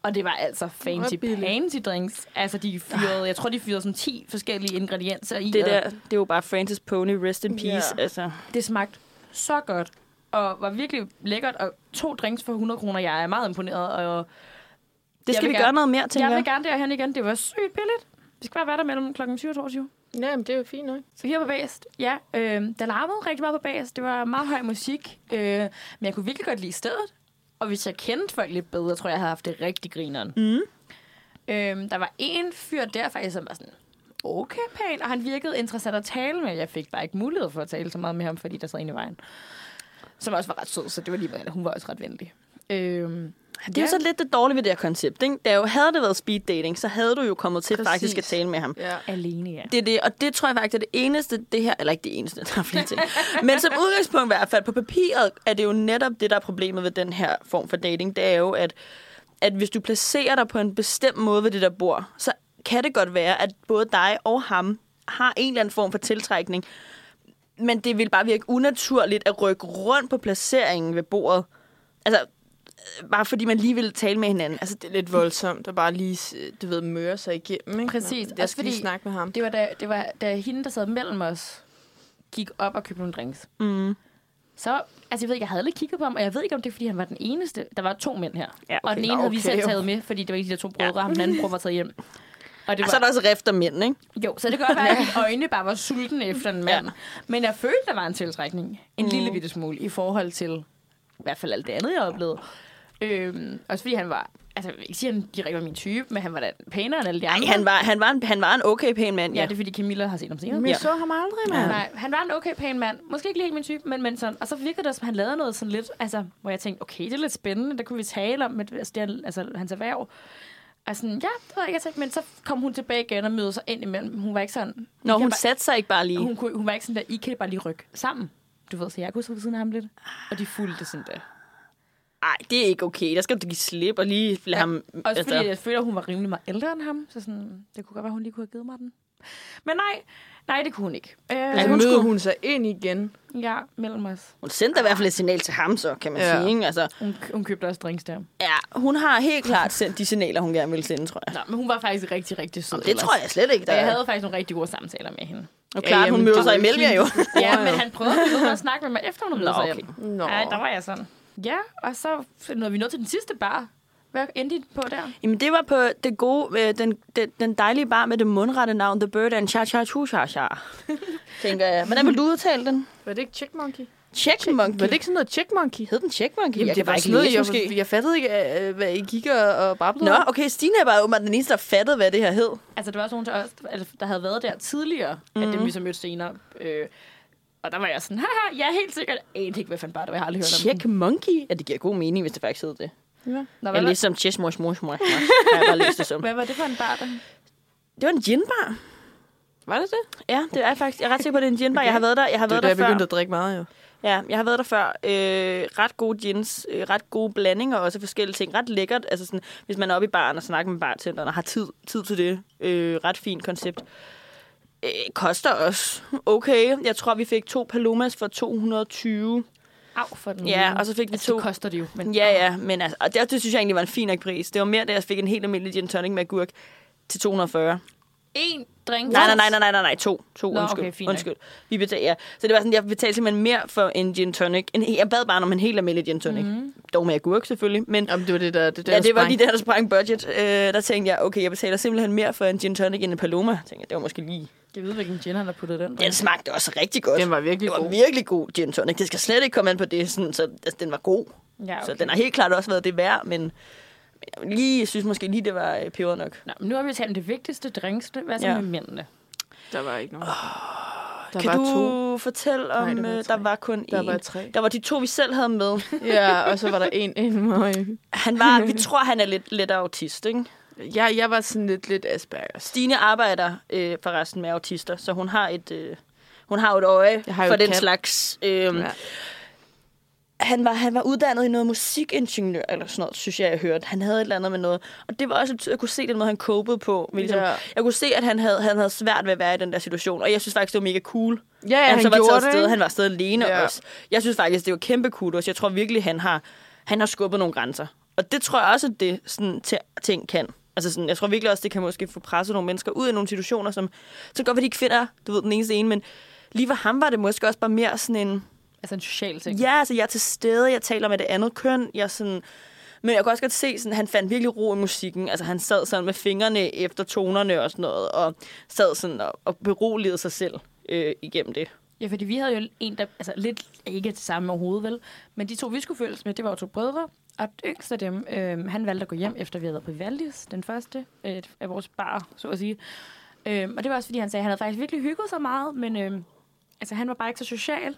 S1: Og det var altså fancy,
S2: Det var billigt.
S1: fancy drinks. Altså, de fyrede, jeg tror, de fyrede sådan 10 forskellige ingredienser i.
S3: Ah. Det
S1: og
S3: der, det er jo bare Francis Pony, rest in peace,
S2: Ja.
S3: altså.
S1: Det smagte så godt, og var virkelig lækkert. Og to drinks for 100 kroner, jeg er meget imponeret. Og
S3: Det
S1: Jeg
S3: skal
S1: vil
S3: vi
S1: gerne-
S3: gøre noget mere, tænker
S1: jeg vil gerne derhen igen, det var sygt billigt. Vi skal bare være der mellem kl. 20 og 22.
S2: Jamen, det er jo fint nok.
S1: Så her på Bæst, ja, øh, der larmede rigtig meget på Bæst. Det var meget høj musik, øh, men jeg kunne virkelig godt lide stedet. Og hvis jeg kendte folk lidt bedre, tror jeg, jeg havde haft det rigtig grineren. Mm. Øh, der var en fyr der faktisk, som var sådan, okay pæn, og han virkede interessant at tale med. Jeg fik bare ikke mulighed for at tale så meget med ham, fordi der sad en i vejen. Som også var ret sød, så det var lige meget, hun var også ret venlig. Øh,
S3: Det er jo
S1: Ja.
S3: så lidt det dårlige ved det her koncept. Ikke? Det er jo, havde det været speed dating, så havde du jo kommet til Præcis.
S2: Præcis.
S3: faktisk at tale med ham.
S2: Ja.
S1: alene, ja.
S3: Det er det, og det tror jeg faktisk er det eneste, det her, eller ikke det eneste, der er flere ting. Men som udgangspunkt i hvert fald, på papiret er det jo netop det, der er problemet ved den her form for dating. Det er jo, at, at hvis du placerer dig på en bestemt måde ved det der bord, så kan det godt være, at både dig og ham har en eller anden form for tiltrækning. Men det vil bare virke unaturligt at rykke rundt på placeringen ved bordet. Altså, øh, bare fordi man lige vil tale med hinanden.
S2: Altså, det er lidt voldsomt at bare lige, øh, du ved, møre sig igennem, ikke?
S1: Præcis.
S2: Nå, Jeg
S1: Også
S2: skal lige
S1: fordi-
S2: snakke med ham.
S1: Det var, da, det var da hende, der sad mellem os, gik op og købte nogle drinks.
S3: Mm.
S1: Så, altså jeg ved ikke, jeg havde lidt kigget på ham, og jeg ved ikke, om det er, fordi han var den eneste. Der var to mænd her.
S3: Ja,
S1: Og den ene
S2: Nå,
S1: havde vi
S2: okay,
S1: selv
S2: jo.
S1: taget med, fordi det var ikke de der to brødre, og ham den anden bror var taget hjem. Og det
S3: Og så er der også rift om mænd, ikke?
S1: Jo, så det kan godt være, at mine øjne bare var sultne efter en mand. Ja. Men jeg følte, der var en tiltrækning. En mm. lille bitte smule i forhold til i hvert fald alt det andet, jeg oplevede. Øhm, også fordi han var, altså jeg vil ikke sige, han direkte var min type, men han var da pænere end alle de andre.
S3: Ej, han var, han, var en, han var en okay pæn mand,
S1: Ja,
S3: ja.
S1: det er fordi Camilla har set ham senere.
S2: Men jeg så ham aldrig,
S1: Ja.
S2: mand.
S1: Nej, han var en okay pæn mand. Måske ikke lige helt min type, men, men sådan. Og så virkede det, som han lavede noget sådan lidt, altså, hvor jeg tænkte, okay, det er lidt spændende, der kunne vi tale om, men altså, det er, altså, hans erhverv. Og sådan, ja, det ved jeg ikke, jeg tænkte, men så kom hun tilbage igen og mødte sig ind imellem. Hun var ikke sådan...
S3: Når
S1: Jeg
S3: hun
S1: var-
S3: satte sig ikke bare lige.
S1: hun, kunne, hun var ikke sådan der, I kan bare lige rykke sammen. Du ved, så jeg kunne sidde ved siden af ham lidt. Og de fulgte sådan der.
S3: Nej, det er ikke okay. Der skal du give slip og lige lade ja. ham... altså,
S1: Også fordi jeg føler, hun var rimelig meget ældre end ham. Så sådan, det kunne godt være, hun lige kunne have givet mig den. Men nej, nej, det kunne hun ikke.
S2: Altså,
S1: Øh,
S3: hun
S2: hun
S3: skulle-
S2: skulle hun sig ind igen.
S1: ja, mellem os.
S3: Hun sendte i hvert fald et signal til ham, så kan man ja.
S2: Ja.
S3: sige. Ikke? Altså,
S1: Hun, hun købte også drinks der.
S3: ja, hun har helt klart sendt de signaler, hun gerne ville sende, tror jeg.
S1: Nå, men hun var faktisk rigtig, rigtig sød.
S3: Det tror jeg slet ikke, der
S1: Og jeg
S3: er.
S1: havde faktisk nogle rigtig gode samtaler med hende.
S3: Og
S2: Ja,
S3: klart, hun
S2: jamen,
S3: mødte
S2: det
S3: sig
S2: er jo
S3: imellem jer jo.
S1: Ja, men han prøvede at blive ved med at snakke med mig, efter hun havde
S3: Nå,
S1: mødt sig
S3: okay.
S1: hjem.
S2: Nå.
S1: Ja, der var jeg sådan. Ja, og så nåede vi nået til den sidste bar. Hvad endte I på der?
S3: Jamen, det var på det gode, øh, den, den, den dejlige bar med det mundrette navn, The Bird and Cha Cha Chu Cha Cha. Tænker jeg. Hvordan vil du udtale den?
S2: Var det ikke Checkmonkey?
S3: Check Monkey.
S2: Var det ikke sådan noget Checkmonkey?
S3: Hed den Check Monkey?
S2: Jamen,
S3: jeg
S2: det
S3: kan
S2: var
S3: bare ikke
S2: sådan noget,
S3: læse,
S2: jeg,
S3: måske.
S2: jeg fattede ikke, øh, hvad I gik og, og bablede
S3: Nå,
S2: om.
S3: okay, Stine er bare åbenbart den eneste, der fattede, hvad det her hed.
S1: Altså, der var også nogen, der, altså, der havde været der tidligere, mm.
S3: Mhm.
S1: at dem vi så mødte senere. Øh, og der var jeg sådan, haha, jeg er helt sikkert jeg anede ikke, hvad fanden bare det var, jeg har aldrig hørt om
S3: Check Monkey? Ja, det giver god mening, hvis det faktisk hed det.
S2: Ja.
S1: den. Nå,
S3: Jeg
S1: hvad, var,
S3: læste som Chess Mors Mors Mors. Jeg bare læst det som.
S1: hvad var det for en bar, der?
S3: Det var en ginbar.
S2: Var det det?
S3: Ja, det er faktisk. Jeg er ret sikker på, at det er en ginbar. Okay. Jeg har været der, jeg har
S2: Det
S3: været
S2: var da
S3: der
S2: jeg
S3: før.
S2: begyndte at drikke meget, jo.
S3: Ja, jeg har været der før. Øh, ret gode gins, øh, ret gode blandinger og også forskellige ting. Ret lækkert, altså sådan, hvis man er oppe i baren og snakker med bartenderen og har tid, tid til det. Øh, ret fint koncept. Øh, koster også okay. Jeg tror, vi fik to palomas for 220.
S1: Au, for den.
S3: Ja,
S1: lille.
S3: og så fik vi
S1: altså,
S3: to-
S1: det koster det jo. Men,
S3: Ja, ja, men altså, og det, det synes jeg egentlig var en fin nok pris. Det var mere, da jeg fik en helt almindelig gin tonic med agurk til 240.
S1: En drink.
S3: Nej, nej, nej, nej, nej, nej, nej, to. To,
S1: Nå,
S3: Nå, undskyld.
S1: okay, fint nok.
S3: Okay, undskyld. Vi betaler, ja. Så det var sådan, jeg betalte simpelthen mere for en gin tonic. En, jeg bad bare om en helt almindelig gin tonic. Mm. Dog med agurk selvfølgelig, men
S2: Jamen, det var det, der, Mhm. det, der
S3: ja, det var
S2: sprang.
S3: lige der, der sprang budget. Øh, der tænkte jeg, okay, jeg betaler simpelthen mere for en gin tonic end en paloma. Tænkte jeg, det var måske lige...
S1: Jeg ved, hvilken gin han har puttet den.
S3: Den smagte også rigtig godt.
S2: Den var virkelig
S3: det var
S2: god.
S3: virkelig god gin tonic. Det skal slet ikke komme an på det, sådan, så altså, den var god.
S1: Ja,
S3: Okay. Så den har helt klart også været det værd, men, men jeg vil lige, jeg synes måske lige, det var øh, peber nok.
S1: Nå, men nu har vi talt om det vigtigste drinks. Det- Hvad så
S3: Ja.
S1: med mændene?
S2: Der var ikke nogen. Der
S3: kan
S2: var
S3: du
S2: to.
S3: fortælle om,
S2: Nej, der var
S3: øh,
S2: tre.
S3: der var kun
S2: Der
S3: én.
S2: var tre.
S3: Der var de to, vi selv havde med.
S2: Ja, og så var der en inden mig.
S3: Han var, vi tror, han er lidt, lidt autist, ikke?
S2: Jeg, jeg var sådan lidt, lidt Aspergers.
S3: Stine arbejder øh, forresten med autister, så hun har et, øh, hun har jo et øje
S2: Jeg har jo
S3: for
S2: et
S3: den
S2: kald.
S3: slags. Øh, ja.
S2: Ja.
S3: han, var, han var uddannet i noget musikingeniør, eller sådan noget, synes jeg, jeg hørte. Han havde et eller andet med noget. Og det var også, betydet, at jeg kunne se den måde, han copede på. Ligesom,
S2: Ja.
S3: ja. Jeg kunne se, at han havde, han havde svært ved at være i den der situation, og jeg synes faktisk, det var mega cool.
S2: Ja, ja,
S3: at
S2: han
S3: så var
S2: gjorde
S3: taget
S2: det,
S3: afsted.
S2: ikke?
S3: Han var afsted alene ja.
S2: Ja.
S3: også. Jeg synes faktisk, det var kæmpe kudos. Jeg tror virkelig, han har, han har skubbet nogle grænser. Og det tror jeg også, at det sådan, tæ- ting kan. Altså sådan, jeg tror virkelig også, det kan måske få presset nogle mennesker ud i nogle situationer, som så godt, at de kvinder, du ved, den eneste ene, men lige for ham var det måske også bare mere sådan en,
S1: Altså en social ting.
S3: Ja, altså jeg er til stede, jeg taler med det andet køn, jeg er sådan... Men jeg kan også godt se, sådan, han fandt virkelig ro i musikken. Altså, han sad sådan med fingrene efter tonerne og sådan noget, og sad sådan og, og beroligede sig selv øh, igennem det.
S1: Ja, fordi vi havde jo en, der altså, lidt ikke det samme overhovedet, vel? Men de to, vi skulle følges med, det var jo to brødre. Og den yngste af dem, øh, han valgte at gå hjem, efter vi havde været på Valdis, den første øh, af vores bar, så at sige. Øh, og det var også, fordi han sagde, at han havde faktisk virkelig hygget sig meget, men øh, altså, han var bare ikke så social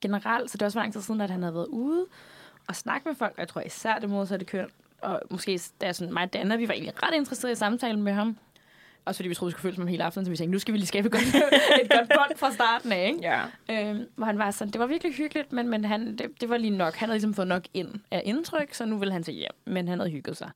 S1: generelt. Så det var også lang tid siden, at han havde været ude og snakke med folk. Og jeg tror især det modsatte køn. Og måske da sådan mig og Dana, vi var egentlig ret interesserede i samtalen med ham. Også fordi vi troede, vi skulle følge ham hele aftenen, så vi tænkte, nu skal vi lige skabe et godt, et godt bånd fra starten af. Ikke?
S3: Ja.
S1: Øhm, hvor han var sådan, det var virkelig hyggeligt, men, men han, det, det, var lige nok. Han havde ligesom fået nok ind af indtryk, så nu ville han til hjem, men han havde hygget sig.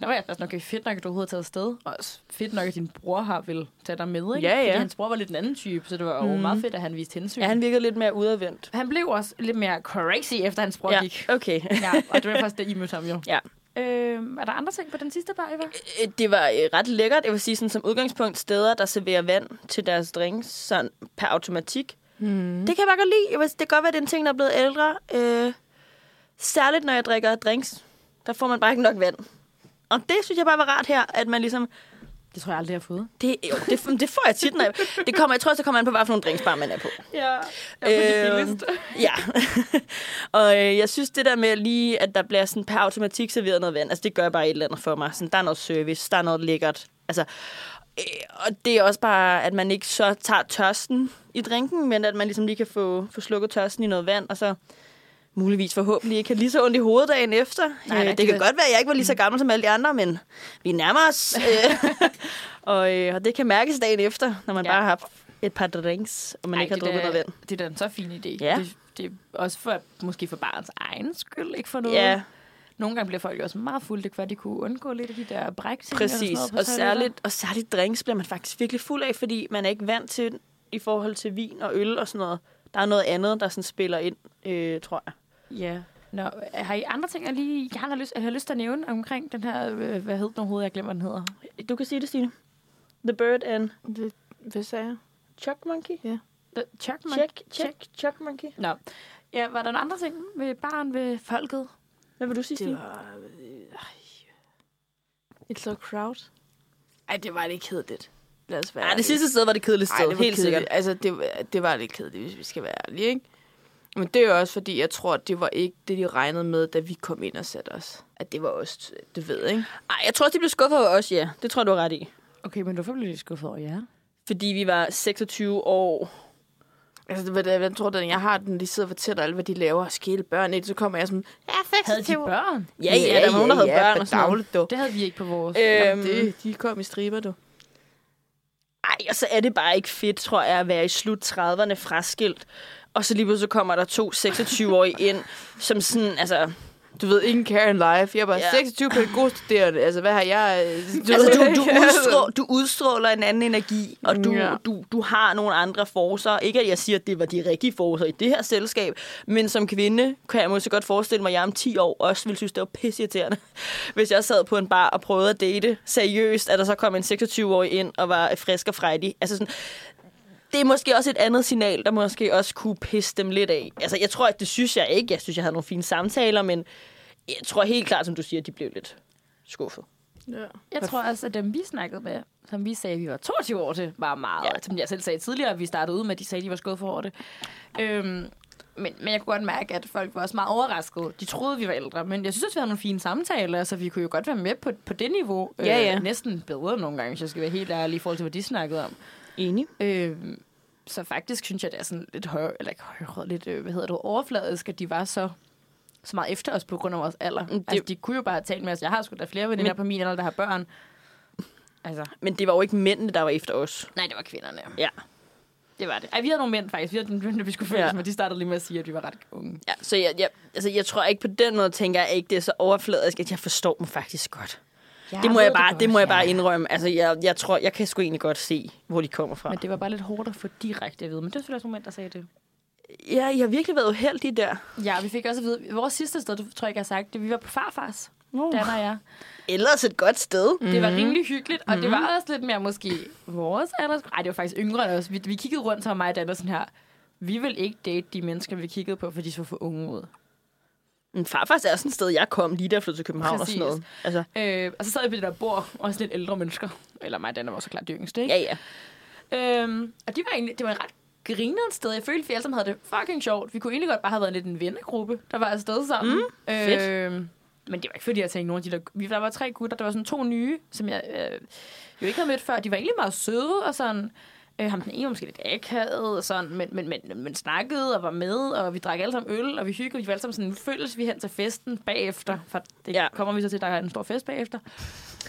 S1: Der var jeg faktisk nok fedt nok, at du overhovedet taget afsted. Og også fedt nok, at din bror har vil tage dig med, ikke?
S3: Ja, ja.
S1: Fordi hans bror var lidt en anden type, så det var jo
S3: Mm.
S1: meget fedt, at han viste hensyn.
S3: Ja, han virkede lidt mere udadvendt.
S1: han blev også lidt mere crazy, efter hans bror
S3: ja,
S1: gik.
S3: okay.
S1: Ja, og det var faktisk det, I mødte ham jo.
S3: Ja.
S1: Øhm, er der andre ting på den sidste bar, Eva?
S3: Øh, Det var øh, ret lækkert. Jeg vil sige, sådan, som udgangspunkt steder, der serverer vand til deres drinks sådan, per automatik. Mm. Det kan jeg bare godt lide. Jeg vil, det kan godt være, det er en ting, der er blevet ældre. Øh, særligt, når jeg drikker drinks. Der får man bare ikke nok vand. Og det synes jeg bare var rart her, at man ligesom...
S1: Det tror jeg aldrig, jeg har fået.
S3: Det, jo, det, det får jeg tit, når jeg, det kommer, jeg tror, så kommer an på, hvad for nogle drinks bare man er på.
S1: Ja,
S3: Øhm, Ja. og øh, jeg synes, det der med lige, at der bliver sådan per automatik serveret noget vand, altså det gør bare et eller andet for mig. Sådan, der er noget service, der er noget lækkert. Altså, øh, og det er også bare, at man ikke så tager tørsten i drinken, men at man ligesom lige kan få, få slukket tørsten i noget vand, og så muligvis forhåbentlig ikke kan lige så ondt i hovedet dagen efter.
S1: Nej,
S3: Øh,
S1: nej,
S3: det
S1: det
S3: kan
S1: er-
S3: godt være, at jeg ikke var lige så gammel som alle de andre, men vi nærmer os. Øh, og, øh, og det kan mærkes dagen efter, når man
S1: Ja.
S3: ja. bare har haft et par drinks, og man Ej, ikke har
S1: det
S3: drukket
S1: er da-
S3: noget vand.
S1: Det er da en så fin idé.
S3: Ja.
S1: Det, det er også for, måske for barns egen skyld, ikke for noget.
S3: Ja,
S1: Nogle gange bliver folk jo også meget fulde. Det kunne være, de kunne undgå lidt af de der bræk
S3: Præcis, og særligt, og særligt drinks bliver man faktisk virkelig fuld af, fordi man er ikke vant til i forhold til vin og øl og sådan noget. Der er noget andet, der sådan spiller ind, øh, tror jeg.
S1: Ja. Nå, har I andre ting, jeg lige jeg har lyst, jeg har lyst til at nævne omkring den her, øh, hvad hed den overhovedet, jeg glemmer, den hedder?
S3: Du kan sige det, Stine. The Bird and
S2: Hvad, hvad sagde jeg?
S3: Chuck Monkey?
S1: The Chuck Monkey?
S3: Check, check, Chuck Monkey.
S1: Nå. Ja, var der nogle andre ting ved barn, ved folket?
S3: Hvad vil du sige,
S2: Det
S3: Stine?
S2: var... Øh, ej. It's a crowd. Ej, det var lidt kedeligt. Lad os være
S3: Ej, det
S2: ærlige.
S3: sidste sted var det kedeligste
S2: Ej,
S3: sted,
S2: det var
S3: helt
S2: kedeligt.
S3: sikkert.
S2: Altså, det, det var lidt kedeligt, hvis vi skal være ærlige, ikke? Men det er jo også, fordi jeg tror, det var ikke det, de regnede med, da vi kom ind og satte os. At det var også, du ved, ikke?
S3: Ej, jeg tror også, de blev skuffet over os, ja. Det tror jeg, du har ret i.
S1: Okay, men hvorfor blev de skuffet over jer?
S3: Fordi vi var 26 år.
S2: Altså, det var det, jeg tror, den, jeg har den, de sidder og fortæller alt, hvad de laver og skæle børn ind, så kommer jeg sådan, ja,
S1: Havde de børn?
S3: Ja, ja, der var nogen, der havde børn og sådan noget.
S2: dagligt, du.
S1: Det havde vi ikke på vores.
S2: Jamen,
S3: Øhm,
S2: det, de kom i striber, du.
S3: Ej, og så er det bare ikke fedt, tror jeg, at være i slut 30'erne fraskilt. Og så lige pludselig kommer der to 26-årige ind, som sådan, altså...
S2: Du ved, ingen care in life. Jeg var
S3: Ja.
S2: yeah. 26 pædagogstuderende. Altså, hvad har jeg... øh,
S3: Du, altså,
S2: ved,
S3: du, du,
S2: ikke?
S3: udstrå, du udstråler en anden energi, og du,
S2: Ja.
S3: ja. du, du har nogle andre forser. Ikke at jeg siger, at det var de rigtige forser i det her selskab, men som kvinde kan jeg måske godt forestille mig, at jeg om 10 år også ville synes, det var pisseirriterende, hvis jeg sad på en bar og prøvede at date seriøst, at der så kom en 26-årig ind og var frisk og frejdig. Altså sådan, det er måske også et andet signal, der måske også kunne pisse dem lidt af. Altså, jeg tror, at det synes jeg ikke. Jeg synes, jeg havde nogle fine samtaler, men jeg tror helt klart, som du siger, at de blev lidt skuffet.
S2: Ja.
S1: Jeg tror også, at dem, vi snakkede med, som vi sagde, vi var 22 år til, var meget. Ja.
S3: Ja.
S1: Som jeg selv sagde tidligere, vi startede ud med, at de sagde, de var skuffet over det. Øhm, men, men jeg kunne godt mærke, at folk var også meget overraskede. De troede, vi var ældre, men jeg synes også, vi havde nogle fine samtaler, så vi kunne jo godt være med på, på det niveau. Øh,
S3: Ja, ja.
S1: Næsten bedre nogle gange, hvis jeg skal være helt ærlig i forhold til, hvad de snakkede om.
S3: Enig.
S1: Øhm, så faktisk synes jeg, det er sådan lidt højere, eller ikke højere, lidt, øh, hvad hedder det, overfladisk, at de var så, så meget efter os på grund af vores alder. Det...
S3: det-
S1: Altså, de kunne jo bare have talt med os. Jeg har sgu da flere veninder Men...
S3: Men-
S1: på min alder, der har børn. Altså,
S3: Men det var jo ikke mændene, der var efter os.
S1: nej, det var kvinderne.
S3: Ja.
S1: Det var det. Ej, vi havde nogle mænd faktisk. Vi havde nogle mænd, vi skulle følge
S3: Ja.
S1: ja. med. De startede lige med at sige, at vi var ret unge.
S3: ja så jeg, jeg, altså, jeg tror ikke på den måde, tænker jeg ikke, det er så overfladisk, at jeg forstår dem faktisk godt. Ja, det, må jeg bare, det, må jeg bare indrømme. Altså, jeg, jeg tror, jeg kan sgu egentlig godt se, hvor de kommer fra.
S1: Men det var bare lidt hårdt at få direkte at vide. Men det var selvfølgelig også nogle mænd, der sagde det.
S3: Ja, jeg har virkelig været uheldig der.
S1: Ja, vi fik også at vide, vores sidste sted, du tror jeg ikke, jeg har sagt det, vi var på farfars.
S3: Uh.
S1: Danner og jeg.
S3: Ellers et godt sted.
S1: Det var rimelig hyggeligt, og det var også lidt mere måske vores alders... Ej, det var faktisk yngre end os. Vi, vi kiggede rundt, så var mig og Dan og sådan her, vi vil ikke date de mennesker, vi kiggede på, for de så for unge ud.
S3: Men farfars er sådan et sted, jeg kom lige der flyttede til København
S1: Præcis.
S3: og sådan noget. Altså,
S1: Øh, og så sad vi på det der bord, også lidt ældre mennesker. Eller mig og Dan var så klart de yngste, ikke?
S3: ja, ja.
S1: Ja. Øhm, og det var egentlig, det var en ret grineren sted. Jeg følte, vi alle sammen havde det fucking sjovt. Vi kunne egentlig godt bare have været lidt en vennegruppe, der var afsted sammen. Mm,
S3: fedt.
S1: men det var ikke fordi, jeg tænkte nogen af de der... Vi, der var tre gutter, der var sådan to nye, som jeg øh, jo ikke havde mødt før. De var egentlig meget søde og sådan... Øh, ham den ene var måske lidt akavet og sådan, men, men, men, men snakkede og var med, og vi drak alle sammen øl, og vi hyggede. Vi var alle sammen sådan, nu følges vi hen til festen bagefter, for det ja.
S3: Ja.
S1: kommer vi så til, der er en stor fest bagefter.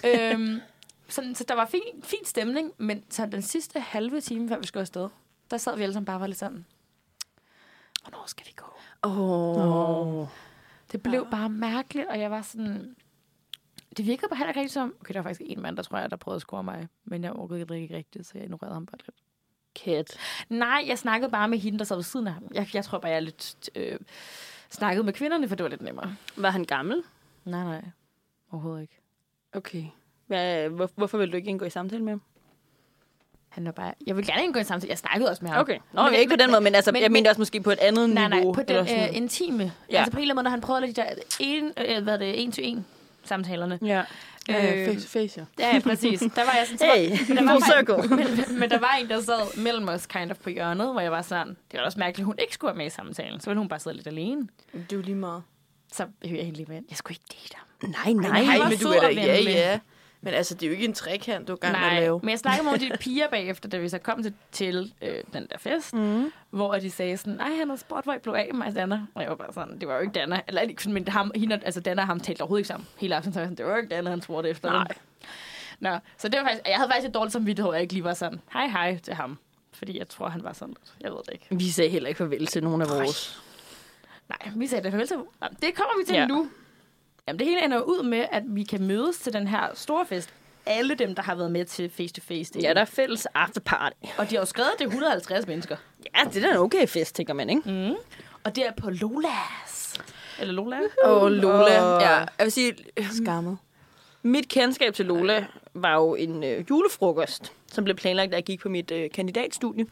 S1: øhm, sådan, så der var fin, fin stemning, men så den sidste halve time, før vi skulle afsted, der sad vi alle sammen bare og var lidt sådan, hvornår skal vi gå?
S3: Åh. Oh.
S1: Det blev bare mærkeligt, og jeg var sådan... det virkede bare heller ikke rigtig som... Okay, der var faktisk en mand, der tror jeg, der prøvede at score mig, men jeg overgik ikke rigtig rigtigt, så jeg ignorerede ham bare lidt.
S3: Kat.
S1: Nej, jeg snakkede bare med hende, der sad ved siden af ham. Jeg, jeg tror bare, jeg lidt øh, snakkede med kvinderne, for det var lidt nemmere.
S3: Var han gammel?
S1: Nej, nej. Overhovedet ikke.
S3: Okay. Hvad, hvor, hvorfor ville du ikke indgå i samtale med ham?
S1: Han var bare... Jeg vil gerne indgå i en samtale. Jeg snakkede også med ham.
S3: Okay. Nå, men, ikke på den måde, men altså, men, jeg mente også måske på et andet
S1: Nej, nej,
S3: niveau.
S1: på den
S3: eller sådan.
S1: øh, intime. Ja.
S3: Ja.
S1: Altså på en eller anden måde, når han prøvede alle de der en, øh, hvad er det, en til en samtalerne.
S3: Ja.
S1: Øh,
S2: Øh, face to face, ja.
S1: Ja, ja, præcis. Der var jeg sådan,
S3: Hey,
S1: der
S3: full
S1: faktisk-
S3: circle.
S1: men, men, der var en, der sad mellem os kind of på hjørnet, hvor jeg var sådan, det var da også mærkeligt, at hun ikke skulle være med i samtalen. Så ville hun bare sidde lidt alene.
S2: Det er jo lige meget.
S1: Så hører jeg hende lige med, jeg skulle ikke date ham.
S3: Nej,
S1: Ej,
S2: Ej,
S1: hvor
S2: men du
S1: sød
S2: er
S1: at
S2: da,
S1: vende
S2: ja,
S1: med.
S2: ja. Men altså, det er jo ikke en trekant, du er gang med at lave.
S1: men jeg snakkede med nogle af de piger bagefter, da vi så kom til, til øh, den der fest, mm. hvor de sagde sådan, nej, han har spurgt, hvor I blev af med mig, Danna. Og jeg var bare sådan, det var jo ikke Danna. Eller ikke sådan, men ham, hende, og- altså Danna og ham talte overhovedet ikke sammen hele aftenen, så jeg var sådan, det var jo ikke Danna, han spurgte efter.
S3: Nej.
S1: Men- Nå, så det var faktisk, jeg havde faktisk et dårligt samvittighed, over, at jeg ikke lige var sådan, hej hej til ham. Fordi jeg tror, han var sådan lidt, jeg ved det ikke.
S3: Vi sagde heller ikke farvel til nogen af vores.
S1: Nej, vi sagde det farvel til. Nå, Det kommer vi til ja.
S3: Ja.
S1: nu. Jamen, det hele ender jo ud med, at vi kan mødes til den her store fest. Alle dem, der har været med til face-to-face.
S3: Ja, der er fælles afterparty.
S1: Og de har jo skrevet, at det er 150 mennesker.
S3: Ja, det er da en okay fest, tænker man, ikke? Mm.
S1: Og det er på Lolas. Eller Lola?
S2: Åh, oh, Lola.
S3: Og, ja,
S2: Ja.
S3: jeg vil sige, øh,
S2: Skammet.
S3: mit kendskab til Lola var jo en øh, julefrokost, som blev planlagt, da jeg gik på mit øh, kandidatstudie.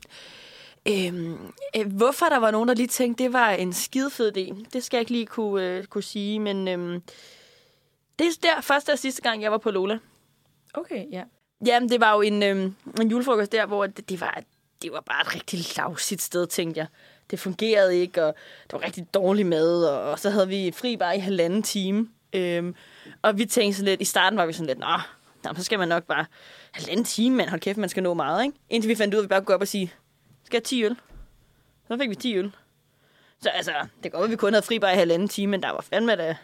S3: Øhm, øh, hvorfor der var nogen, der lige tænkte, det var en skidefed idé, det skal jeg ikke lige kunne, øh, kunne sige, men øhm, det er der første og sidste gang, jeg var på Lola.
S1: Okay, ja.
S3: Jamen, det var jo en, øhm, en julefrokost der, hvor det, det, var, det var bare et rigtig lavsigt sted, tænkte jeg. Det fungerede ikke, og det var rigtig dårlig mad, og, og så havde vi fri bare i halvanden time. Øhm, og vi tænkte sådan lidt, i starten var vi sådan lidt, nå, nå så skal man nok bare halvanden time, man, hold kæft, man skal nå meget, ikke? Indtil vi fandt ud af, at vi bare kunne gå op og sige, skal jeg have 10 øl? Så fik vi 10 øl. Så altså, det kan godt være, at vi kun havde fri bare i halvanden time, men der var fandme da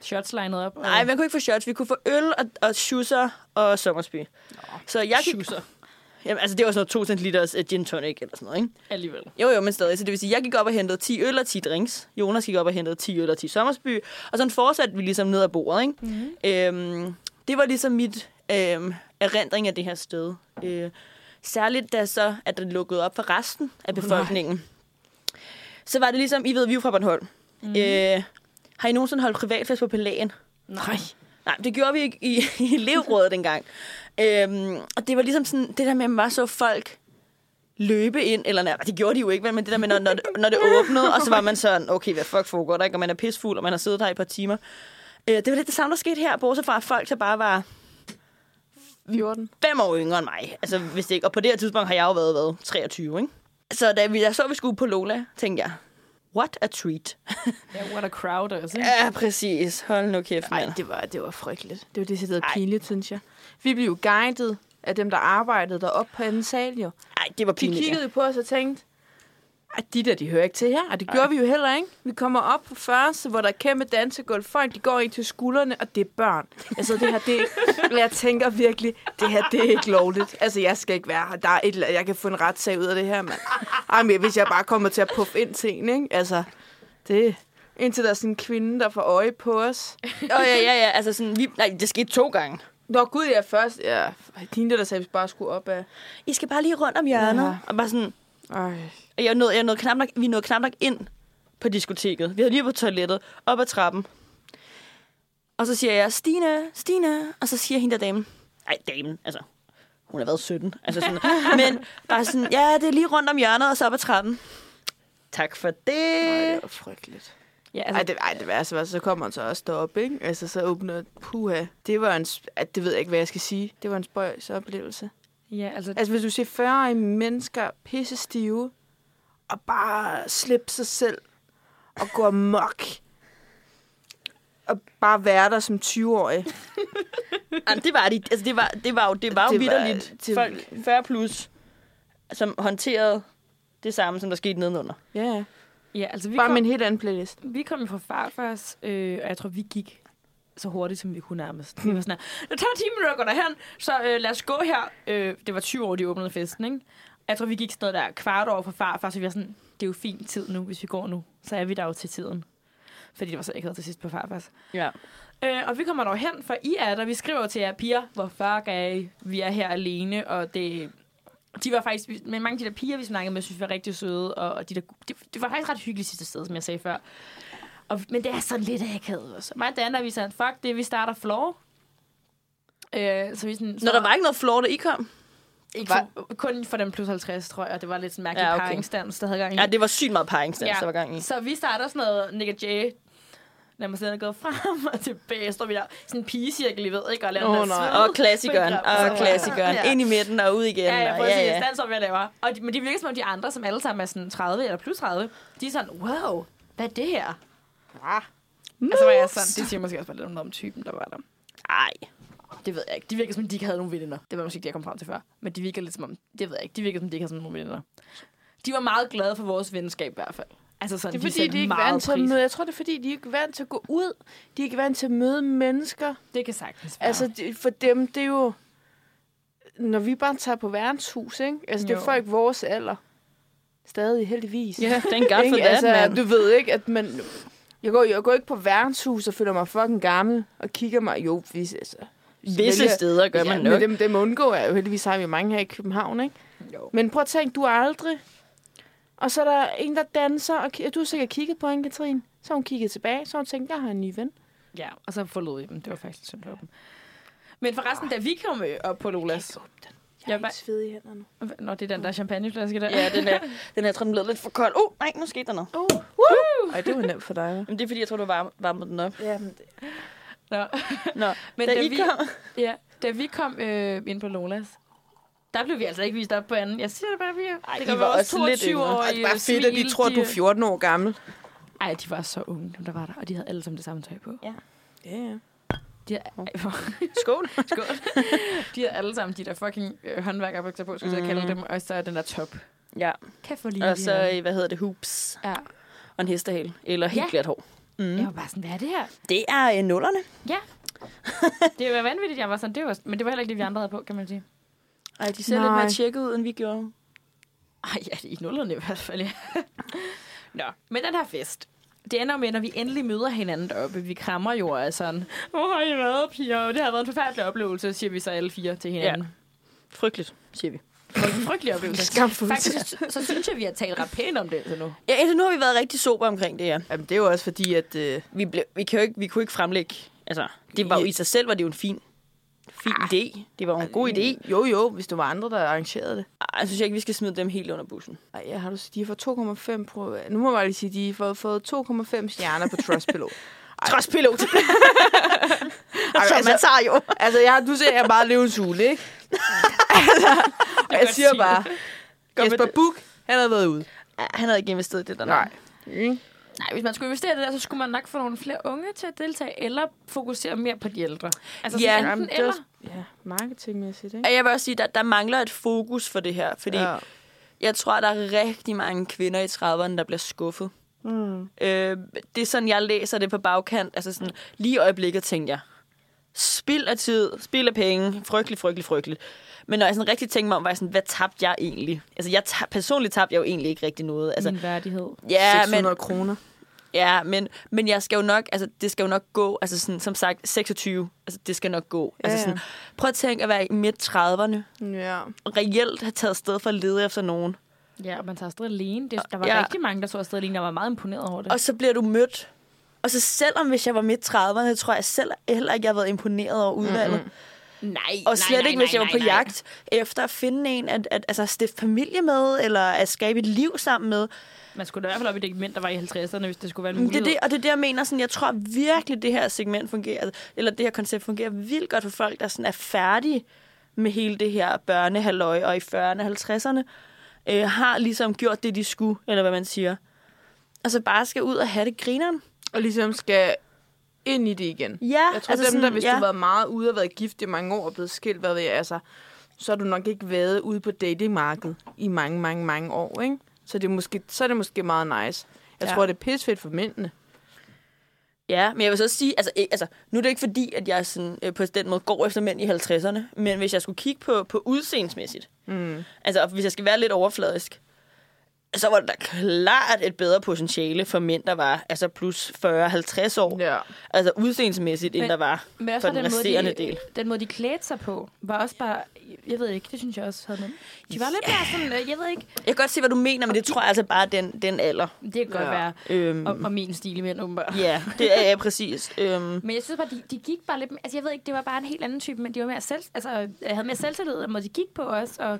S1: Shots lined op.
S3: Nej, man kunne ikke få shots. Vi kunne få øl og, og schusser og sommersby. Så jeg gik...
S1: Schusser.
S3: Jamen, altså, det var sådan noget 2 centiliters øh, gin tonic eller sådan noget, ikke?
S1: Alligevel.
S3: Jo, jo, men stadig. Så det vil sige, jeg gik op og hentede 10 øl og 10 drinks. Jonas gik op og hentede 10 øl og 10 sommersby. Og sådan fortsatte vi ligesom ned ad bordet, ikke? Mm-hmm. Øhm, det var ligesom mit øhm, erindring af det her sted. Øh, særligt da så, at det lukkede op for resten af befolkningen. Så var det ligesom, I ved, vi er jo fra Bornholm. Mm-hmm. Øh, har I nogensinde holdt privatfest på Pelagen?
S1: Nej.
S3: Nej, det gjorde vi ikke i, i elevrådet dengang. Øhm, og det var ligesom sådan, det der med, at man bare så folk løbe ind, eller nej, det gjorde de jo ikke, vel, men det der med, når, når, det, når det åbnede, og så var man sådan, okay, hvad fuck foregår der ikke, og man er pissfuld, og man har siddet her i et par timer. Øh, det var lidt det samme, der skete her, bortset fra at folk, der bare var
S2: 14.
S3: fem år yngre end mig. Altså, hvis det ikke. Og på det her tidspunkt har jeg jo været, hvad, 23, ikke? Så da vi, jeg så, at vi skulle på Lola, tænkte jeg, what a treat.
S1: Yeah, what a crowd også, ikke?
S3: ja, præcis. Hold nu kæft,
S2: Nej,
S3: mand.
S2: det var, det var frygteligt. Det var decideret
S3: Ej.
S2: pinligt, synes jeg. Vi blev jo guidet af dem, der arbejdede deroppe på anden sal, jo.
S3: Ej, det var
S2: De
S3: pinligt. ja.
S2: kiggede jo på os og tænkte, at de der, de hører ikke til her. Og det gjorde vi jo heller ikke. Vi kommer op på første, hvor der er kæmpe dansegulv. Folk, de går ind til skuldrene, og det er børn. Altså, det her, det er, jeg tænker virkelig, det her, det er ikke lovligt. Altså, jeg skal ikke være her. Der er et, eller andet- jeg kan få en retssag ud af det her, mand. Ej, men hvis jeg bare kommer til at puffe ind til en, ikke? Altså, det... Indtil der er sådan en kvinde, der får øje på os.
S3: Åh, ja, ja, ja. Altså sådan, vi, nej, det skete to gange.
S2: Nå gud, jeg først... Ja, hende der sagde, at vi bare skulle op af...
S3: I skal bare lige rundt om hjørnet. Ja. Og bare sådan,
S2: Ej.
S3: jeg nåede, jeg nåede knap nok, vi nåede knap nok ind på diskoteket. Vi havde lige på toilettet, op ad trappen. Og så siger jeg, Stine, Stine. Og så siger hende der damen, nej, damen, altså, hun har været 17. Altså sådan, men bare sådan, ja, det er lige rundt om hjørnet, og så op ad trappen. Tak for det.
S2: Det var frygteligt.
S1: Ja,
S2: Altså, ej, det, ej, det værste var, så kommer han så også derop, ikke? Altså, så åbner... Puha. Det var en... sp- At, det ved jeg ikke, hvad jeg skal sige. Det var en spøjs oplevelse.
S1: ja, altså,
S2: Altså, hvis du ser 40 mennesker pisse stive, og bare slippe sig selv, og gå amok, og bare være der som 20-årig.
S3: Jamen, det var de. Altså, det var, det var jo, det var jo
S2: Det var-
S3: vitterligt
S2: det-
S3: folk 40 plus, som håndterede det samme, som der skete nedenunder.
S2: Ja, ja.
S1: ja, altså vi,
S2: Bare
S1: kom,
S2: med en helt anden playlist.
S1: vi kom jo fra farfars, øh, og jeg tror, vi gik så hurtigt, som vi kunne nærmest. Vi var sådan her, det tager 10 minutter at gå derhen, så øh, lad os gå her. Øh, det var 20 år, de åbnede festen, ikke? Jeg tror, vi gik sådan noget der kvart over fra farfar, så vi var sådan, det er jo fin tid nu, hvis vi går nu. Så er vi der jo til tiden. Fordi det var så ikke til sidst på farfars.
S3: Ja.
S1: Øh, og vi kommer dog hen, for I er der. Vi skriver til jer, piger, hvor fuck er I? Vi er her alene, og det... De var faktisk, men mange af de der piger, vi snakkede med, synes vi var rigtig søde, og, og de der, det, det, var faktisk ret hyggeligt sidste sted, som jeg sagde før. Og, men det er sådan lidt akavet også. Mig og Dan, der vi sådan, fuck det, vi starter floor. Øh, så vi sådan,
S3: Når der var ikke noget floor, da I kom.
S1: ikke for, kun for den plus 50, tror jeg, og det var lidt sådan en mærkelig
S3: Ja,
S1: ja,
S3: okay.
S1: okay. paringsdans, der havde gang i.
S3: Ja, det var sygt meget paringsdans, ja. der var gang i.
S1: Så vi starter sådan noget Nick og Jay. Lad mig sådan gå frem og tilbage. Så står vi der sådan en pigecirkel, I ved ikke, og laver
S2: Åh,
S1: oh, den
S2: nej.
S1: der
S3: Og klassikeren, og klassikeren.
S1: Ja.
S3: Ind i midten og ud igen.
S1: Ja, ja,
S3: og-
S1: præcis. Ja, ja. Danser, hvad det var. Og de, men de virker som om de andre, som alle sammen er sådan 30 eller plus 30, de er sådan, wow, hvad er det her? Ah. Altså var jeg sådan, det siger måske også bare lidt om noget om typen, der var der.
S3: Ej.
S1: Det ved jeg ikke. De virker som om, de ikke havde nogen veninder. Det var måske ikke det, jeg kom frem til før. Men de virker lidt som om, det ved jeg ikke. De virker som om, de ikke havde sådan nogen veninder. De var meget glade for vores venskab i hvert fald. Altså sådan,
S2: Det er fordi,
S1: satte
S2: de er ikke
S1: meget
S2: vant til at
S1: pris-
S2: møde. Jeg tror, det er fordi, de er ikke vant til at gå ud. De er ikke vant til at møde mennesker.
S1: Det kan sagtens være.
S2: Altså, de, for dem, det er jo... Når vi bare tager på værtshus, ikke? Altså, det er
S1: Jo.
S2: folk vores alder. Stadig, heldigvis.
S3: Ja, den godt for
S2: Ikke? Altså,
S3: det, mand.
S2: Du ved ikke, at man... Jeg går, jeg går ikke på værtshus og føler mig fucking gammel og kigger mig... Jo, hvis, altså,
S3: Visse
S2: vælger-
S3: steder gør man nok.
S2: Men dem, dem undgår jeg jo heldigvis, har vi mange her i København, ikke?
S1: Jo.
S2: Men prøv at tænke, du er aldrig... Og så er der en, der danser, og ki- du har sikkert kigget på hende, Katrine. Så har hun kigget tilbage, så har hun tænkt, jeg har en ny ven.
S1: Ja, og så forlod I dem. Det var faktisk lidt synd for dem. Men forresten, da vi kom øh, op på Lolas...
S2: Jeg er
S1: Jeg er
S2: ikke svedig i hænderne.
S1: Nå, det er den der champagneflaske der.
S3: Ja, den her, den her, jeg tror, den blev lidt for kold. Uh, nej, nu skete der noget.
S2: Uh. Uh. Ej, det var nemt for dig, hva'?
S3: Jamen, det er, fordi jeg tror, du varm, varmede den op.
S2: Ja, men det...
S1: Nå.
S3: Nå,
S1: Men
S3: da,
S1: da
S3: I
S1: vi-
S3: kom...
S1: ja. Da vi kom øh, ind på Lolas, der blev vi altså ikke vist op på anden. Jeg siger det bare, vi er.
S3: Ej,
S1: det
S3: I
S1: kan
S3: var
S1: være
S3: også lidt yngre.
S1: år.
S2: det er bare fedt, at øh, de tror, at du er 14 år gammel.
S1: Ej, de var så unge, dem der var der. Og de havde alle sammen det samme tøj på.
S2: Ja, ja.
S1: De havde, ej, hvor
S3: Skål.
S1: skål. de havde alle sammen de der fucking øh, håndværkerbukser på, skulle jeg til at kalde dem. Og så den der top.
S3: Mm. Ja,
S1: Kæft for lige.
S3: og så, øh, hvad hedder det, hoops
S1: Ja.
S3: og en hestehale. Eller helt
S1: Ja.
S3: glat hår. Mm.
S1: Jeg var bare sådan, hvad er det her?
S3: Det er øh, nullerne.
S1: Ja. det var vanvittigt, jeg var sådan. Det var, men det var heller ikke det, vi andre havde på, kan man sige.
S3: Ej, de ser lidt
S2: Nej.
S3: mere tjekket ud, end vi gjorde.
S1: Ej, ja, det er i nullerne i hvert fald. ja. Nå, men den her fest. Det ender jo med, når vi endelig møder hinanden deroppe. Vi krammer jo og er sådan, hvor har I været, piger? Det har været en forfærdelig oplevelse, siger vi så alle fire til hinanden.
S3: Frygteligt, siger vi.
S1: Ja. En frygtelig oplevelse.
S2: Skamfuldt.
S1: Faktisk, så, så synes jeg, vi har talt ret pænt om det indtil nu.
S3: Ja, indtil nu har vi været rigtig sober omkring det, ja.
S2: Jamen, det er jo også fordi, at... Øh,
S3: Vi, blev, vi, kan jo ikke, vi kunne ikke fremlægge... Altså, det var jo i sig selv, var det jo en fin, fin idé. Det var jo en god idé.
S2: Jo, jo, hvis det var andre, der arrangerede det.
S3: Ej, jeg synes jeg ikke, vi skal smide dem helt under bussen.
S2: Ej, ja, har du set, de har fået 2,5 på... Nu må jeg bare lige sige, de har fået, fået 2,5 stjerner på Trustpilot.
S3: Trods pilot.
S2: Ej,
S3: Som man tager jo.
S2: altså jeg, du ser, jeg er meget levens hule, ikke? altså, og jeg
S1: godt
S2: siger
S1: sige.
S2: bare,
S3: med
S2: Jesper
S3: det.
S2: Buk, han har været ude. Mm.
S3: Ja, han havde ikke investeret i det der.
S1: Nej, hvis man skulle investere i det der, så skulle man nok få nogle flere unge til at deltage, eller fokusere mere på de ældre. Altså
S3: Ja,
S1: sådan, enten
S2: Jamen, det er
S1: eller.
S2: også, ja, marketingmæssigt, ikke?
S3: Og Jeg vil også sige, der, der mangler et fokus for det her, fordi ja.
S2: Ja.
S3: jeg tror, der er rigtig mange kvinder i 30'erne, der bliver skuffet. Mm. Øh, det er sådan, jeg læser det på bagkant. Altså sådan, lige i øjeblikket tænkte jeg, spild af tid, spild af penge, frygtelig, frygtelig, frygteligt. Men når jeg sådan rigtig tænkte mig om, var jeg sådan, hvad tabte jeg egentlig? Altså, jeg tab- personligt tabte jeg jo egentlig ikke rigtig noget. Altså,
S1: Min værdighed.
S3: ja, men,
S2: 600 kroner.
S3: ja, men, men jeg skal jo nok, altså, det skal jo nok gå, altså sådan, som sagt, 26, altså, det skal nok gå. Altså,
S2: Ja, ja.
S3: sådan, prøv at tænke at være i midt 30'erne,
S2: Ja.
S3: reelt have taget sted for at lede efter nogen.
S1: Ja, og man tager afsted alene. Det, der var
S3: Ja.
S1: ja. rigtig mange, der tog afsted alene, og var meget imponeret over det.
S3: Og så bliver du mødt. Og så selvom hvis jeg var midt 30'erne, tror jeg selv heller ikke, jeg har været imponeret over udvalget. Mm-hmm.
S1: nej,
S3: Og slet ikke, hvis jeg var på jagt efter at finde en, at, at altså, stifte familie med, eller at skabe et liv sammen med.
S1: Man skulle da i hvert fald op i det segment, der var i 50'erne, hvis det skulle være en
S3: Det er
S1: mulighed.
S3: det, og det er det, jeg mener. Sådan, jeg tror virkelig, det her segment fungerer, eller det her koncept fungerer vildt godt for folk, der sådan er færdige med hele det her børnehalløj, og i 40'erne og 50'erne øh, har ligesom gjort det, de skulle, eller hvad man siger. Og så bare skal ud og have det grineren.
S2: Og ligesom skal ind i det igen.
S3: Ja,
S2: Jeg tror, altså dem,
S3: sådan,
S2: der hvis
S3: ja.
S2: du har været meget ude og været gift i mange år og blevet skilt, hvad ved jeg, altså, så har du nok ikke været ude på datingmarkedet i mange, mange, mange år, ikke? Så, det er måske, så er det måske meget nice. Jeg
S3: Ja.
S2: ja. tror, det er pissefedt for mændene.
S3: Ja, men jeg vil så også sige, altså, ikke, altså nu er det ikke fordi, at jeg sådan, øh, på den måde går efter mænd i 50'erne, men hvis jeg skulle kigge på, på udseendsmæssigt, mm. altså og hvis jeg skal være lidt overfladisk, så var der klart et bedre potentiale for mænd, der var altså plus 40-50 år. Ja.
S2: Ja.
S3: Altså udseendsmæssigt, end
S1: Men-
S3: der var
S1: Men også
S3: for den,
S1: den, måde,
S3: resterende
S1: de,
S3: del.
S1: den måde, de klædte sig på, var også bare... Jeg ved ikke, det synes jeg også havde noget. De var lidt mere sådan... øh, Jeg ved ikke...
S3: Jeg kan godt se, hvad du mener, men det tror jeg altså bare er den, den alder.
S1: Det kan godt
S2: Ja.
S1: være...
S3: Øhm,
S1: Og, og min stil i mænd, åbenbart.
S3: ja, det er jeg præcis. Øhm,
S1: Men jeg synes bare, de, de gik bare lidt... Altså, jeg ved ikke, det var bare en helt anden type, men de var mere selv... Altså, jeg havde mere selvtillid, og måde de gik på os, og...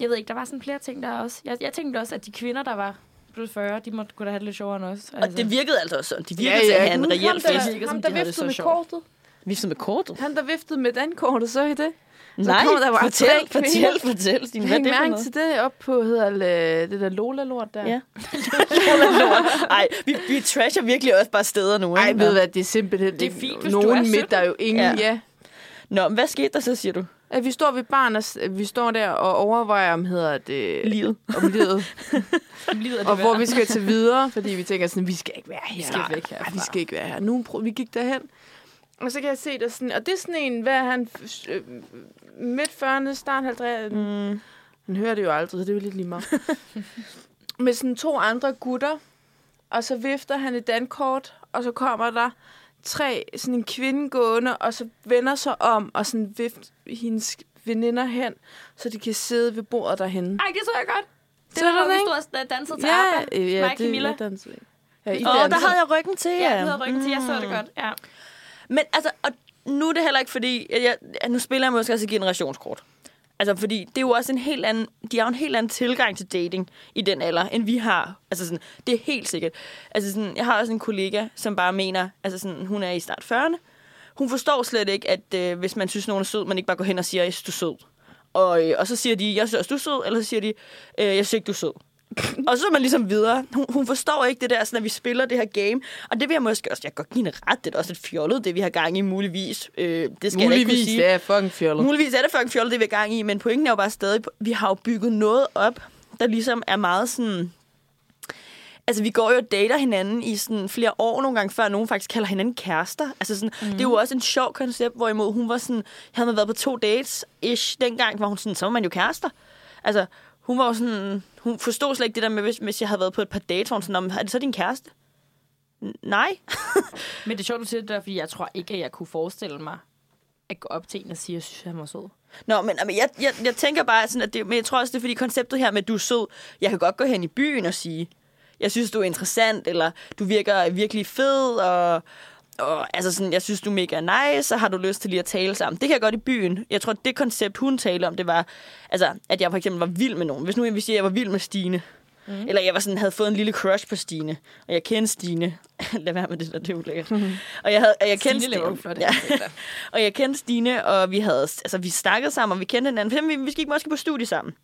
S1: Jeg ved ikke, der var sådan flere ting der også. Jeg, jeg tænkte også, at de kvinder, der var plus 40, de måtte kunne da have det lidt sjovere end os.
S3: og det virkede altså også sådan. De virkede
S2: Ja,
S3: til
S2: ja.
S3: at have en
S2: Ham
S3: reel
S2: der-
S3: fest.
S1: virkede,
S2: Ham,
S1: som
S2: der
S1: de havde det
S2: viftede
S1: så
S2: med
S1: sjovt.
S2: kortet.
S3: Vi som med kortet.
S2: Han, der viftede med dankortet, så I det?
S3: Nej,
S2: kom der bare
S3: fortæl,
S2: tre kvinder.
S3: fortæl, fortæl, Stine.
S2: Jeg
S3: Hvad er
S2: hængte
S3: det for
S2: mærke
S3: noget?
S2: til det op på hedder, øh, det der Lola-lort der.
S3: Ja. Lort. Ej, vi, vi trasher virkelig også bare steder nu.
S2: Ej,
S3: ikke?
S2: ved du hvad, det er simpelthen
S1: Det er
S2: ikke-
S1: fint, hvis du er
S2: nogen midt,
S1: 17.
S2: der er jo ingen,
S3: Ja.
S2: ja. ja.
S3: Nå, men hvad skete der så, siger du?
S2: At vi står ved barn, og s- vi står der og overvejer, om hedder det...
S3: Livet.
S2: Om livet.
S1: livet
S2: og hvor vi skal til videre, fordi vi tænker sådan, vi skal ikke være her. Vi
S1: skal væk herfra.
S2: Ej, vi skal ikke være her. Nogen prøv, vi gik derhen. Og så kan jeg se der sådan, og det er sådan en, hvad er han, f- øh, midt 40'erne, start 50'erne. Mm. Han hører det jo aldrig, så det er jo lidt lige meget. Med sådan to andre gutter, og så vifter han et dankort, og så kommer der tre, sådan en kvinde gående, og så vender sig om, og sådan vift hendes veninder hen, så de kan sidde ved bordet derhen.
S1: Ej, det så jeg godt. Det
S2: Så
S1: var,
S2: er
S1: hvor
S2: der
S1: vi
S2: ikke?
S1: stod og sådan, dansede til
S2: Ja,
S1: ABBA.
S2: øh, ja,
S1: Mig og Camilla.
S2: jeg dansede. Ja, I
S3: Åh, oh, der
S2: danser.
S3: havde jeg ryggen til,
S1: Ja, du havde ryggen til. Jeg så det godt. Ja.
S3: Men altså, og nu er det heller ikke fordi, at jeg, at nu spiller jeg måske også et generationskort. Altså, fordi det er jo også en helt anden, de har jo en helt anden tilgang til dating i den alder, end vi har. Altså sådan, det er helt sikkert. Altså sådan, jeg har også en kollega, som bare mener, altså sådan, hun er i start 40'erne. Hun forstår slet ikke, at øh, hvis man synes, nogen er sød, man ikke bare går hen og siger, jeg synes, du er sød. Og, øh, og så siger de, jeg synes også, du er sød, eller så siger de, øh, jeg synes ikke, du er sød. og så er man ligesom videre. Hun, hun forstår ikke det der, sådan at vi spiller det her game. Og det vil jeg måske også, jeg kan godt give hende ret, det er da også lidt fjollet, det vi har gang i, muligvis. Øh, det skal jeg da ikke kunne
S2: Muligvis,
S3: sige.
S2: det er fucking fjollet.
S3: Muligvis er det fucking fjollet, det vi er gang i, men pointen er jo bare stadig, vi har jo bygget noget op, der ligesom er meget sådan... Altså, vi går jo og dater hinanden i sådan flere år nogle gange, før nogen faktisk kalder hinanden kærester. Altså, sådan, mm. det er jo også en sjov koncept, hvorimod hun var sådan... Havde man været på to dates-ish dengang, var hun sådan, så var man jo kærester. Altså, hun var jo sådan... Hun forstod slet ikke det der med, hvis, hvis jeg havde været på et par dates, hvor hun sådan, "Nå, men er det så din kæreste? N- nej.
S1: Men det er sjovt, du siger det der, fordi jeg tror ikke, at jeg kunne forestille mig at gå op til en og sige, at jeg synes, han var sød.
S3: Nå, men men jeg, jeg, jeg tænker bare sådan, at det, men jeg tror også, det er fordi konceptet her med, at du er sød, jeg kan godt gå hen i byen og sige, jeg synes, du er interessant, eller du virker virkelig fed, og, og altså sådan, jeg synes, du er mega nice, og har du lyst til lige at tale sammen. Det kan jeg godt i byen. Jeg tror, det koncept, hun talte om, det var, altså, at jeg for eksempel var vild med nogen. Hvis nu jeg siger, at jeg var vild med Stine, Mm. Eller jeg var sådan, havde fået en lille crush på Stine, og jeg kendte Stine. Lad være med det der, det er ulækkert. og jeg, havde, og jeg kendte
S1: Stine laver jo flotte
S3: og jeg kendte Stine, og vi havde, altså vi snakkede sammen, og vi kendte hinanden. For eksempel, vi, vi gik måske på studie sammen.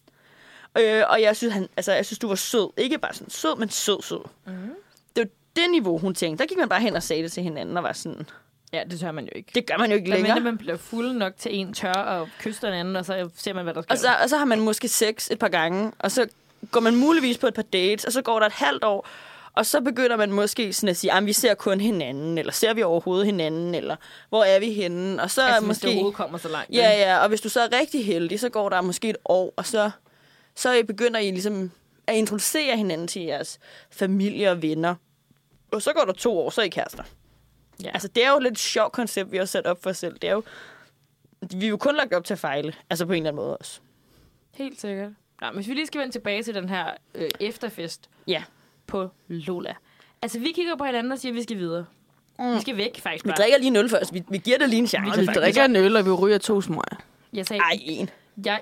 S3: Øh, og jeg synes, han, altså, jeg synes, du var sød. Ikke bare sådan sød, men sød, sød. Mm.
S1: Mm-hmm.
S3: Det var det niveau, hun tænkte. Der gik man bare hen og sagde det til hinanden, og var sådan,
S1: Ja, det tør man jo ikke.
S3: det gør man jo ikke
S1: Hvad
S3: længere.
S1: mindre man bliver fuld nok til en tør og kysser den anden, og så ser man, hvad der sker.
S3: Og så, og så har man måske sex et par gange, og så går man muligvis på et par dates, og så går der et halvt år, og så begynder man måske sådan at sige, at vi ser kun hinanden, eller ser vi overhovedet hinanden, eller hvor er vi henne? Og så
S1: altså, hvis det
S3: måske...
S1: overhovedet kommer så langt.
S3: Ja, ja, og hvis du så er rigtig heldig, så går der måske et år, og så, så I begynder I ligesom at introducere hinanden til jeres familie og venner. Og så går der to år, så er I kærester.
S1: Ja.
S3: Ja. Altså, det er jo et lidt sjovt koncept, vi har sat op for os selv. Det er jo, vi er jo kun lagt op til at fejle, altså på en eller anden måde også.
S1: Helt sikkert. Nå, men hvis vi lige skal vende tilbage til den her øh, efterfest
S3: Ja,
S1: på Lola. Altså, vi kigger på hinanden og siger, at vi skal videre. Mm. Vi skal væk, faktisk.
S3: vi
S1: bare.
S3: drikker lige en øl først. Vi, vi giver det lige en chance,
S2: Altså, Vi
S3: faktisk.
S2: drikker en øl, og vi ryger to smøger.
S1: Jeg, sagde,
S3: Ej, en.
S1: jeg,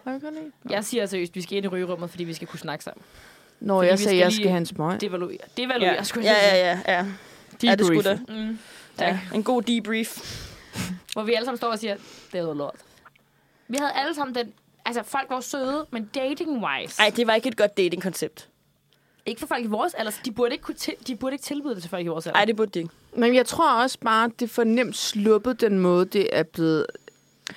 S1: jeg siger seriøst, at vi skal ind i rygerummet, fordi vi skal kunne snakke sammen.
S2: Når
S1: Fordi vi
S2: jeg sagde,
S1: skal
S2: at jeg
S1: lige-
S2: skal have en smøg.
S1: Det valuerer. Det valuerer,
S3: ja.
S1: skulle
S3: ja,
S1: jeg sige.
S3: ja, ja, ja. Ja, det skulle da.
S1: Mm, tak.
S3: Ja. En god debrief.
S1: Hvor vi alle sammen står og siger, det er noget lort. Vi havde alle sammen den... Altså, folk var søde, men dating-wise.
S3: Ej, det var ikke et godt datingkoncept.
S1: Ikke for folk i vores alder. så De burde ikke, kunne til, de burde ikke tilbyde det til folk i vores alder.
S3: Ej, det burde det ikke.
S2: Men jeg tror også bare, at det er for nemt sluppet den måde, det er blevet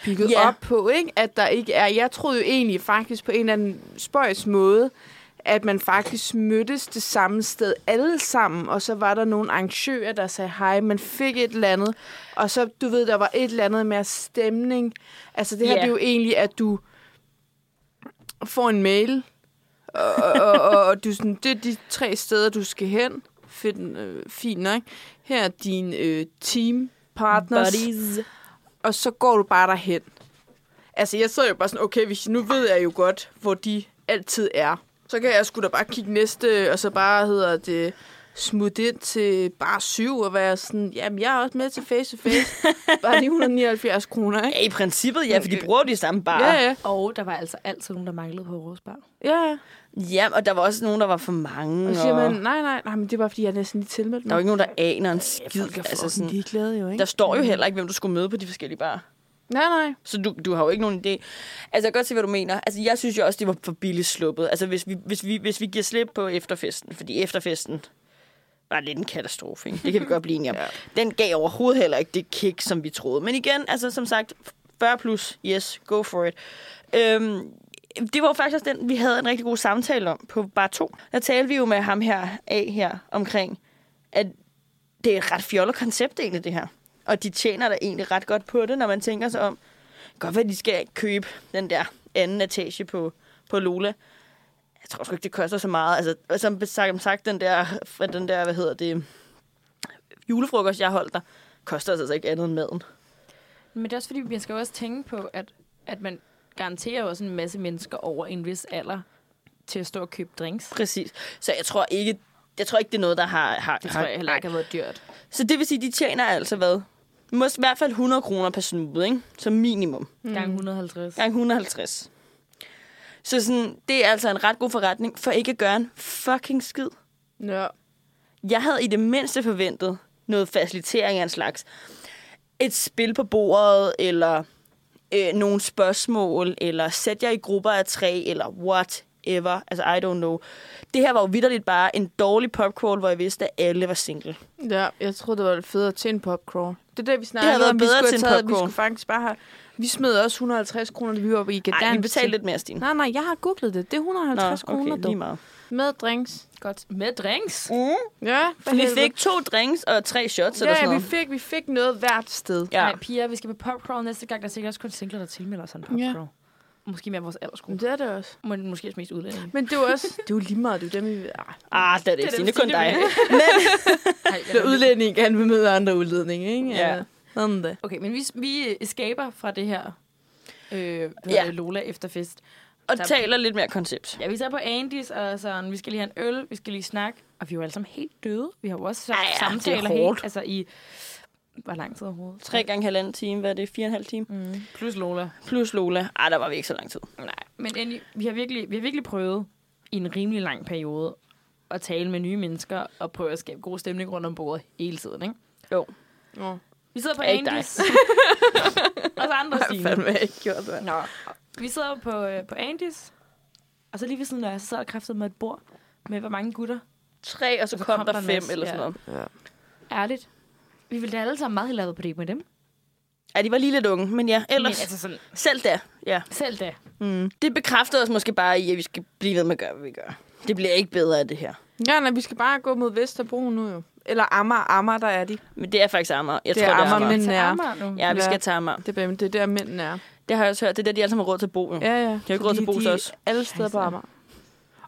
S2: bygget
S3: Ja.
S2: op på. Ikke? At der ikke er... Jeg troede jo egentlig faktisk på en eller anden spøjs måde, at man faktisk mødtes det samme sted alle sammen, og så var der nogle arrangører, der sagde hej, man fik et eller andet, og så, du ved, der var et eller andet med stemning. Altså det her,
S3: Ja.
S2: yeah. det er jo egentlig, at du får en mail, og, og, og, og du er sådan, det er de tre steder, du skal hen. Fedt, øh, fint nok. Her er din øh, teampartners.
S3: Buddies.
S2: og så går du bare derhen. Altså, jeg sad jo bare sådan, okay, hvis, nu ved jeg jo godt, hvor de altid er. Så kan jeg sgu da bare kigge næste, og så bare hedder det smut ind til bare syv, og være sådan, jamen, jeg er også med til face to face. bare lige 179 kroner, ikke?
S3: Ja, i princippet, ja, for de bruger jo de samme bare.
S2: Ja, ja.
S1: Og der var altså altid nogen, der manglede på vores bar.
S2: ja. ja.
S3: ja, og der var også nogen, der var for mange.
S2: Og så siger man, nej, nej, nej, men det er bare, fordi jeg næsten lige tilmeldt
S3: Der er jo
S2: mig.
S3: ikke nogen, der aner en skid.
S2: Folk er
S3: Altså
S2: fucking
S3: sådan,
S2: ligeglade jo, ikke?
S3: der står jo heller ikke, hvem du skulle møde på de forskellige bar.
S2: Nej, nej.
S3: Så du, du har jo ikke nogen idé. Altså, jeg kan godt se, hvad du mener. Altså, jeg synes jo også, det var for billigt sluppet. Altså, hvis vi, hvis vi, hvis vi giver slip på efterfesten, fordi efterfesten var lidt en katastrofe, ikke? Det kan vi godt blive enige om. ja. Den gav overhovedet heller ikke det kick, som vi troede. Men igen, altså, som sagt, 40 plus, yes, go for it. Øhm, det var jo faktisk også den, vi havde en rigtig god samtale om på bare to. Der talte vi jo med ham her, A her, omkring, at det er et ret fjollet koncept egentlig, det her. Og de tjener da egentlig ret godt på det, når man tænker sig om, godt være, de skal købe den der anden etage på, på Lola. Jeg tror sgu ikke, det koster så meget. Altså, og som sagt, som sagt den, der, fra den der, hvad hedder det, julefrokost, jeg holdt der, koster altså ikke andet end maden.
S1: Men det er også fordi, vi skal jo også tænke på, at, at man garanterer jo også en masse mennesker over en vis alder til at stå og købe drinks.
S3: Præcis. Så jeg tror ikke, jeg tror ikke, det er noget, der har... har
S1: Det tror jeg heller ikke har været dyrt.
S3: Så det vil sige, de tjener altså hvad? Måske i hvert fald 100 kroner per snude, ikke? Som minimum.
S1: Mm. Gang 150.
S3: Gang 150. Så sådan, det er altså en ret god forretning, for ikke at gøre en fucking skid.
S2: Ja.
S3: Jeg havde i det mindste forventet noget facilitering af en slags. Et spil på bordet, eller øh, nogle spørgsmål, eller sæt jer i grupper af tre, eller whatever. Altså, I don't know. Det her var jo vidderligt bare en dårlig popcorn, hvor jeg vidste, at alle var single.
S2: Ja, jeg troede, det var lidt federe til en popcrawl. Det er det, vi snakker
S3: været
S2: om.
S3: bedre
S2: vi
S3: til en
S2: have taget, Vi
S3: popcrawl.
S2: skulle faktisk bare have... Vi smed også 150 kroner, da vi var i Gadans.
S3: Ej, vi betalte lidt mere, Stine.
S2: Nej, nej, jeg har googlet det. Det er 150 Nå, kroner,
S3: okay, lige
S2: okay,
S3: meget.
S2: Med drinks.
S1: Godt. Med drinks?
S3: Mm.
S2: Ja, for
S3: Vi
S2: helvede.
S3: fik to drinks og tre shots, eller
S2: ja,
S3: sådan
S2: ja, vi
S3: noget.
S2: fik, vi fik noget hvert sted.
S1: Ja.
S3: Ja.
S1: Nej, piger, vi skal på popcrawl næste gang. Der er sikkert også kun singler, der tilmelder sig en popcrawl.
S2: Ja.
S1: Ja. Måske mere vores aldersgruppe.
S2: Men det er det også.
S1: Men måske også mest udlændinge.
S2: Men det er jo også... det er jo lige meget, det er jo dem, vi... Ah,
S3: Ah, det er det ikke,
S1: dem,
S3: Stine. Det er
S1: Stine
S3: kun dig.
S1: Ej, jeg er lidt-
S2: udlænding gerne vil møde andre udlændinge, ikke?
S3: Ja.
S2: Ja. Sådan det.
S1: Okay, men vi, vi skaber fra det her øh,
S3: Ja.
S1: ja. Lola efterfest.
S3: Og
S1: Der-
S3: taler lidt mere koncept.
S1: Ja, vi sad på Andys, og sådan, vi skal lige have en øl, vi skal lige snakke. Og vi var alle sammen helt døde. Vi har jo også
S3: Ej,
S1: Ej,
S3: ja, det er
S1: samtaler
S3: hårdt.
S1: helt, altså i, hvor lang tid overhovedet?
S3: Tre gange halvanden time, hvad er det? Fire og en halv time?
S1: Mm. Plus Lola.
S3: Plus Lola. Ej, der var vi ikke så lang tid.
S1: Nej, men endelig, vi, har virkelig, vi har virkelig prøvet i en rimelig lang periode at tale med nye mennesker og prøve at skabe god stemning rundt om bordet hele tiden, ikke?
S3: Jo.
S2: Nå,
S1: Vi sidder på
S3: Ja, ikke dig.
S1: Andys. og så andre
S2: jeg har
S1: Stine.
S2: fandme ikke gjort det.
S1: Nå. Vi sidder på, øh, på Andys, og så lige ved siden af os, så sidder kræftet med et bord med hvor mange gutter.
S3: Tre, og så,
S1: Og så
S3: kom,
S1: kom
S3: der
S1: der en
S3: fem,
S1: masse,
S3: eller sådan
S1: ja.
S3: noget.
S1: Ærligt. Vi ville da alle sammen meget hellere have været på det med dem.
S3: Ja, de var lige lidt unge, men ja, ellers.
S1: Men altså sådan,
S3: Selv der, ja.
S1: selv da.
S3: Mm. Det bekræfter os måske bare i, at vi skal blive ved med at gøre, hvad vi gør. Det bliver ikke bedre af det her.
S2: Ja, nej, vi skal bare gå mod Vesterbro nu jo. Eller Amager, Amager, der er de.
S3: Men det er faktisk Amager. Jeg
S2: Det
S3: tror,
S2: er
S3: det er
S2: Amager,
S3: Amager.
S2: men-
S1: Til
S2: Ja.
S1: Amager nu.
S3: Ja, vi
S2: Ja.
S3: skal tage Amager.
S2: Det er, det er der, mændene er.
S3: Det har jeg også hørt. Det er der, de alle sammen har råd til at bo. Jo. Ja.
S2: Ja, ja.
S3: har ikke råd til
S2: Fordi
S3: Brugs
S2: de er
S3: også.
S2: Alle steder på
S1: Altså.
S2: Amager.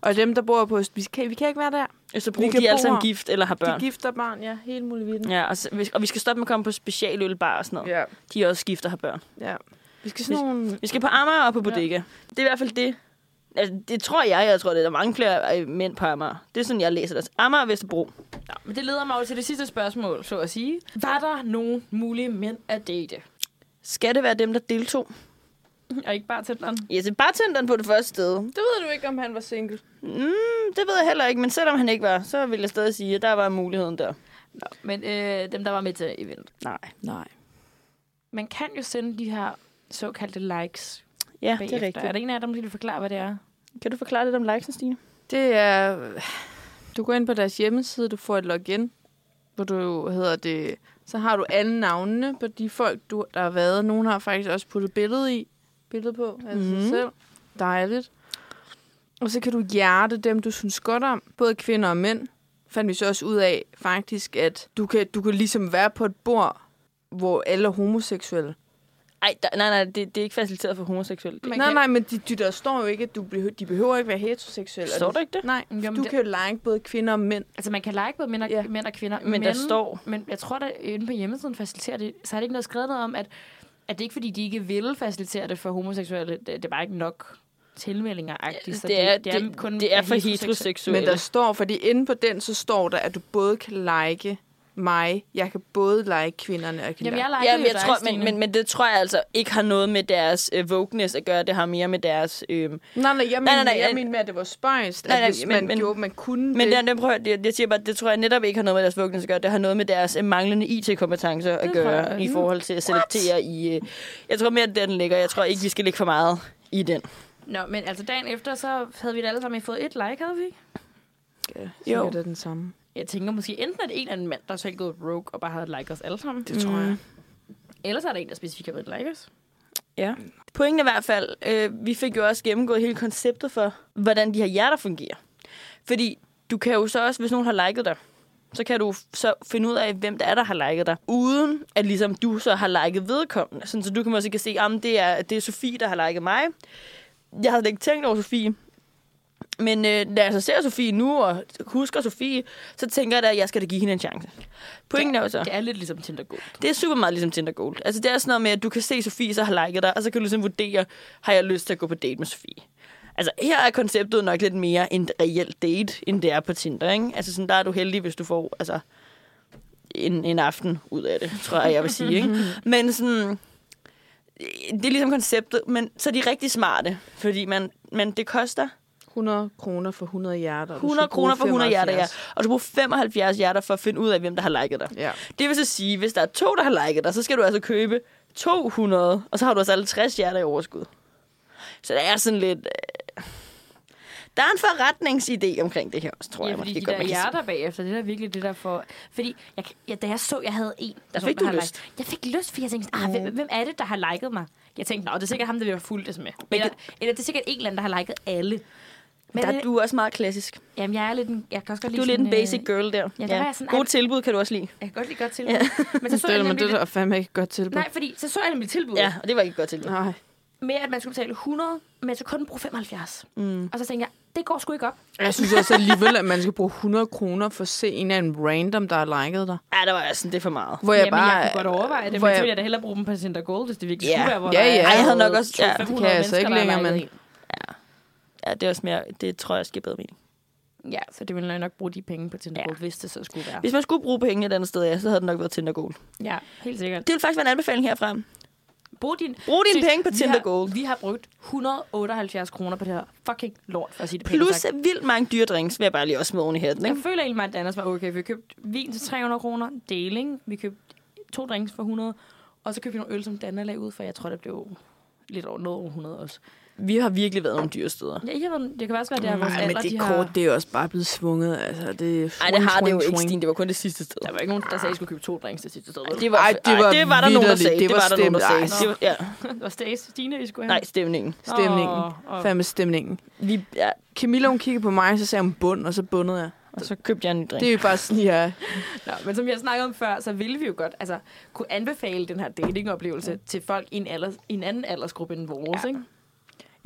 S2: Og dem, der bor på Øst, vi kan, vi kan ikke være der.
S3: Så
S2: Vi
S3: bruger
S2: kan
S3: de er alle
S2: bo
S3: sammen
S2: her.
S3: gift eller har børn.
S2: De gifter barn, ja. Hele muligheden.
S3: Ja, og, så, og vi skal stoppe med at komme på specialølbar og sådan noget. Ja.
S2: ja.
S3: De er også gift og har børn.
S2: ja. Vi skal sådan nogle...
S3: Vi skal på Amager og på Bodega. Det er i hvert fald det. Altså, det tror jeg. Jeg tror, det er der er mange flere øh, mænd på Amager. Det er sådan, jeg læser det. Amager og Vesterbro.
S1: Nå, men det leder mig over til det sidste spørgsmål, så at sige. Var der nogen mulige mænd at date?
S3: Skal det være dem, der deltog?
S1: Og ikke bare tætleren?
S3: Ja, til bartenderen på det første sted.
S2: Det ved du ikke, om han var single.
S3: Mm, det ved jeg heller ikke, men selvom han ikke var, så vil jeg stadig sige, at der var muligheden der.
S1: Nå, men øh, dem, der var med til event.
S3: Nej.
S2: Nej.
S1: Man kan jo sende de her såkaldte likes
S3: Ja,
S1: bagefter. er, det en af dem, der vil forklare, hvad det er?
S3: Kan du forklare lidt om likesen, Stine?
S2: Det er... Du går ind på deres hjemmeside, du får et login, hvor du hedder det... Så har du alle navnene på de folk, du, der har været. Nogle har faktisk også puttet billede i. Billede på af altså
S3: Mhm.
S2: sig selv. Dejligt. Og så kan du hjerte dem, du synes godt om. Både kvinder og mænd. Fandt vi så også ud af faktisk, at du kan, du kan ligesom være på et bord, hvor alle er homoseksuelle.
S3: Ej, der, nej, nej, det, det er ikke faciliteret for homoseksuelle. Det,
S4: Man
S2: Man nej,
S4: kan-
S2: nej, men de, de, der står jo ikke, at du behøver, de behøver ikke være heteroseksuelle.
S3: står
S2: og
S3: der ikke det?
S2: Nej,
S4: Jamen,
S2: du
S4: det-
S2: kan jo like både kvinder og mænd.
S1: Altså, man kan like både mænd og,
S2: Ja.
S1: ja. mænd og kvinder.
S3: Men, men der står...
S1: Men jeg tror, at inde på hjemmesiden faciliterer det, så har det ikke noget skrevet noget om, at, at det er ikke fordi, de ikke vil facilitere det for homoseksuelle. Det, det er bare ikke nok tilmeldinger agtigt
S3: Det er, det, det, kun det er for heteroseksuelle.
S2: Men der står, fordi inde på den, så står der, at du både kan like mig, jeg kan både like kvinderne og jeg kan
S1: Jamen,
S2: like.
S1: jeg liker
S3: Ja,
S1: jo
S3: men, jeg
S1: dig,
S3: tror, men,
S1: Stine.
S3: men, men det tror jeg altså ikke har noget med deres øh, wokeness at gøre. Det har mere med deres... Øh, men
S2: Nej, nej, jeg
S3: nej,
S2: mener,
S3: nej,
S2: jeg
S3: jeg-
S2: mener mere, at det var spøjst,
S3: Nej, nej,
S2: at hvis
S3: men-
S2: man
S3: men-
S2: gjorde, man
S1: Mm,
S2: kunne
S3: det,
S2: det.
S3: den, den prøver, jeg, jeg siger bare, det tror jeg netop ikke har noget med deres wokeness at gøre. Det har noget med deres øh, manglende IT-kompetencer at
S1: Det tror
S3: gøre
S1: jeg.
S3: i forhold til at selektere i... Øh, jeg tror mere, at den ligger. Jeg tror ikke, vi skal ligge for meget i den.
S1: Nå, men altså dagen efter, så havde vi da alle sammen fået et like, havde vi ikke?
S2: Ja,
S3: Jo.
S2: jo. det er den samme.
S1: Jeg tænker måske enten, at en eller anden mand, der selv gået rogue og bare havde liket os alle sammen.
S3: Mm.
S1: Mm.
S2: Det tror jeg.
S1: Ellers er der en, der specifikt har været like os.
S3: Ja. Mm. Pointen er i hvert fald, øh, vi fik jo også gennemgået hele konceptet for, hvordan de her hjerter fungerer. Fordi du kan jo så også, hvis nogen har liket dig, så kan du f- så finde ud af, hvem det er, der har liket dig, uden at ligesom du så har liket vedkommende. Sådan, så du kan måske kan se, om det er, det er Sofie, der har liket mig. Jeg havde slet ikke tænkt over Sofie. Men øh, da jeg så ser Sofie nu, og husker Sofie, så tænker jeg da, at jeg skal da give hende en chance. Pointen er jo så...
S1: Det er lidt ligesom Tinder Gold.
S3: Det er super meget ligesom Tinder Gold. Altså, det er sådan noget med, at du kan se Sofie, så har liket dig, og så kan du ligesom vurdere, har jeg lyst til at gå på date med Sofie? Altså, her er konceptet nok lidt mere en reelt date, end det er på Tinder, ikke? Altså, sådan, der er du heldig, hvis du får altså, en, en aften ud af det, tror jeg, jeg vil sige, ikke? Men sådan, det er ligesom konceptet, men så er de rigtig smarte, fordi man, man, det koster
S2: 100 kroner for 100 hjerter. og du
S3: 100
S2: skal bruge
S3: kroner for 100 hjerter, ja.
S2: 75.
S3: Og du bruger 75 hjerter for at finde ud af, hvem der har liket dig.
S2: Ja.
S3: Det vil så sige, hvis der er to, der har liket dig, så skal du altså købe 200, og så har du altså 50 hjerter i overskud. Så det er sådan lidt... øh, Der er en forretningsidé omkring det her også, tror
S1: Ja,
S3: jeg
S1: fordi
S3: måske
S1: de
S3: godt,
S1: der
S3: man kan sige.
S1: hjerter bagefter, det er virkelig det, der får... Fordi jeg, ja, da jeg så, jeg havde en, der
S3: fik du
S1: der har
S3: lyst. Mm.
S1: Liket. Jeg fik lyst, fordi jeg tænkte, ah, hvem, hvem er det, der har liket mig? Jeg tænkte, nå, det er sikkert ham, der vil have fulgt med. Eller, eller det er sikkert en eller anden, der har liket alle. Men,
S3: Der er
S1: der, du...
S3: du også meget klassisk.
S1: jamen, jeg er lidt en, jeg kan også godt lide
S3: Du er lidt en
S1: sådan,
S3: basic
S1: øh,
S3: girl Ligesom, der.
S1: ja, der var jeg sådan,
S3: Gode
S1: ej-
S3: tilbud kan du også lide.
S1: Jeg kan godt lide godt tilbud.
S3: Ja.
S1: Men
S3: Altså,
S1: så så
S2: Det,
S1: jeg
S2: er- men
S1: nemlig
S2: det er da fandme ikke et godt tilbud.
S1: Nej, fordi så så jeg nemlig tilbud
S3: Ja, og det var ikke et godt tilbud.
S2: Nej.
S1: med, at man skulle betale 100, men så kun bruge 75. Mm. Og så tænkte jeg, det går sgu ikke op.
S2: Jeg synes også alligevel, at man skal bruge 100 kroner for at se en af en random, der har liket dig.
S3: Ja, der var jeg sådan, det er for meget.
S2: Hvor jeg
S1: Jamen,
S2: bare...
S1: jeg kunne godt overveje det,
S2: hvor
S1: men så
S2: jeg-
S1: ville jeg da hellere bruge dem på Center Gold, hvis det virkelig
S3: Ja.
S1: skulle være, hvor
S2: Ja,
S1: der er
S2: ja.
S3: Ej, jeg havde nok også- ja, det
S1: 200-500
S2: kan jeg altså
S1: mennesker,
S2: ikke
S1: der har
S2: længere,
S1: liket
S3: Ja, det er også mere, det tror jeg også giver bedre mening.
S1: en. Ja, så det ville jeg nok bruge de penge på Tinder
S3: Ja.
S1: Gold, hvis det så skulle være.
S3: Hvis man skulle bruge penge et andet sted, ja, så havde det nok været Tinder Gold.
S1: Ja, helt sikkert.
S3: Det vil faktisk være en anbefaling herfra.
S1: Brug, din,
S3: Brug dine
S1: Sy-
S3: penge på
S1: vi
S3: Tinder
S1: har-
S3: Gold.
S1: Vi har brugt 178 kroner på det her fucking lort, for at sige det pænt
S3: Plus
S1: sagt.
S3: vildt mange dyre drinks, vil jeg bare lige også smide oven i hatten.
S1: Jeg
S3: Ikke?
S1: føler egentlig, at Anders var okay. Vi købte vin til 300 kroner, deling. Vi købte to drinks for 100, og så købte vi nogle øl, som Danna lagde ud, for jeg tror, det blev lidt over noget over 100 også.
S3: Vi har virkelig været nogle dyre steder.
S1: Ja, I har, været- det kan også være, Mm. det er vores
S2: Ej,
S1: alder,
S2: men det
S1: de
S2: kort,
S1: har...
S2: det er også bare blevet svunget.
S3: Nej,
S2: Altså, det er
S3: det har
S2: swing,
S3: det jo
S2: swing,
S3: ikke,
S2: swing.
S3: Stine. Det var kun det sidste sted.
S1: Der var ikke nogen, der sagde, at I skulle købe to drinks til sidste sted. vel?
S3: Det var,
S2: Ej, det var
S3: det var der nogen, der
S2: vitterligt.
S3: sagde.
S2: Det
S3: Det, var
S2: var
S3: der nogen, der sagde.
S2: stemt.
S3: Det var, ja.
S1: Det var Stace Stine, I skulle have.
S3: Nej, stemningen.
S2: Stemningen.
S1: Åh, åh.
S2: Fandme stemningen.
S3: Vi, ja.
S2: Camilla, hun kiggede på mig, så sagde hun bund, og så bundede jeg.
S3: Og så købte jeg en ny drink.
S2: Det er jo bare sådan, ja.
S1: Nå, men som jeg snakkede om før, så ville vi jo godt altså, kunne anbefale den her datingoplevelse ja. til folk i en, alders, i en anden aldersgruppe end vores, Mm. ja. ikke?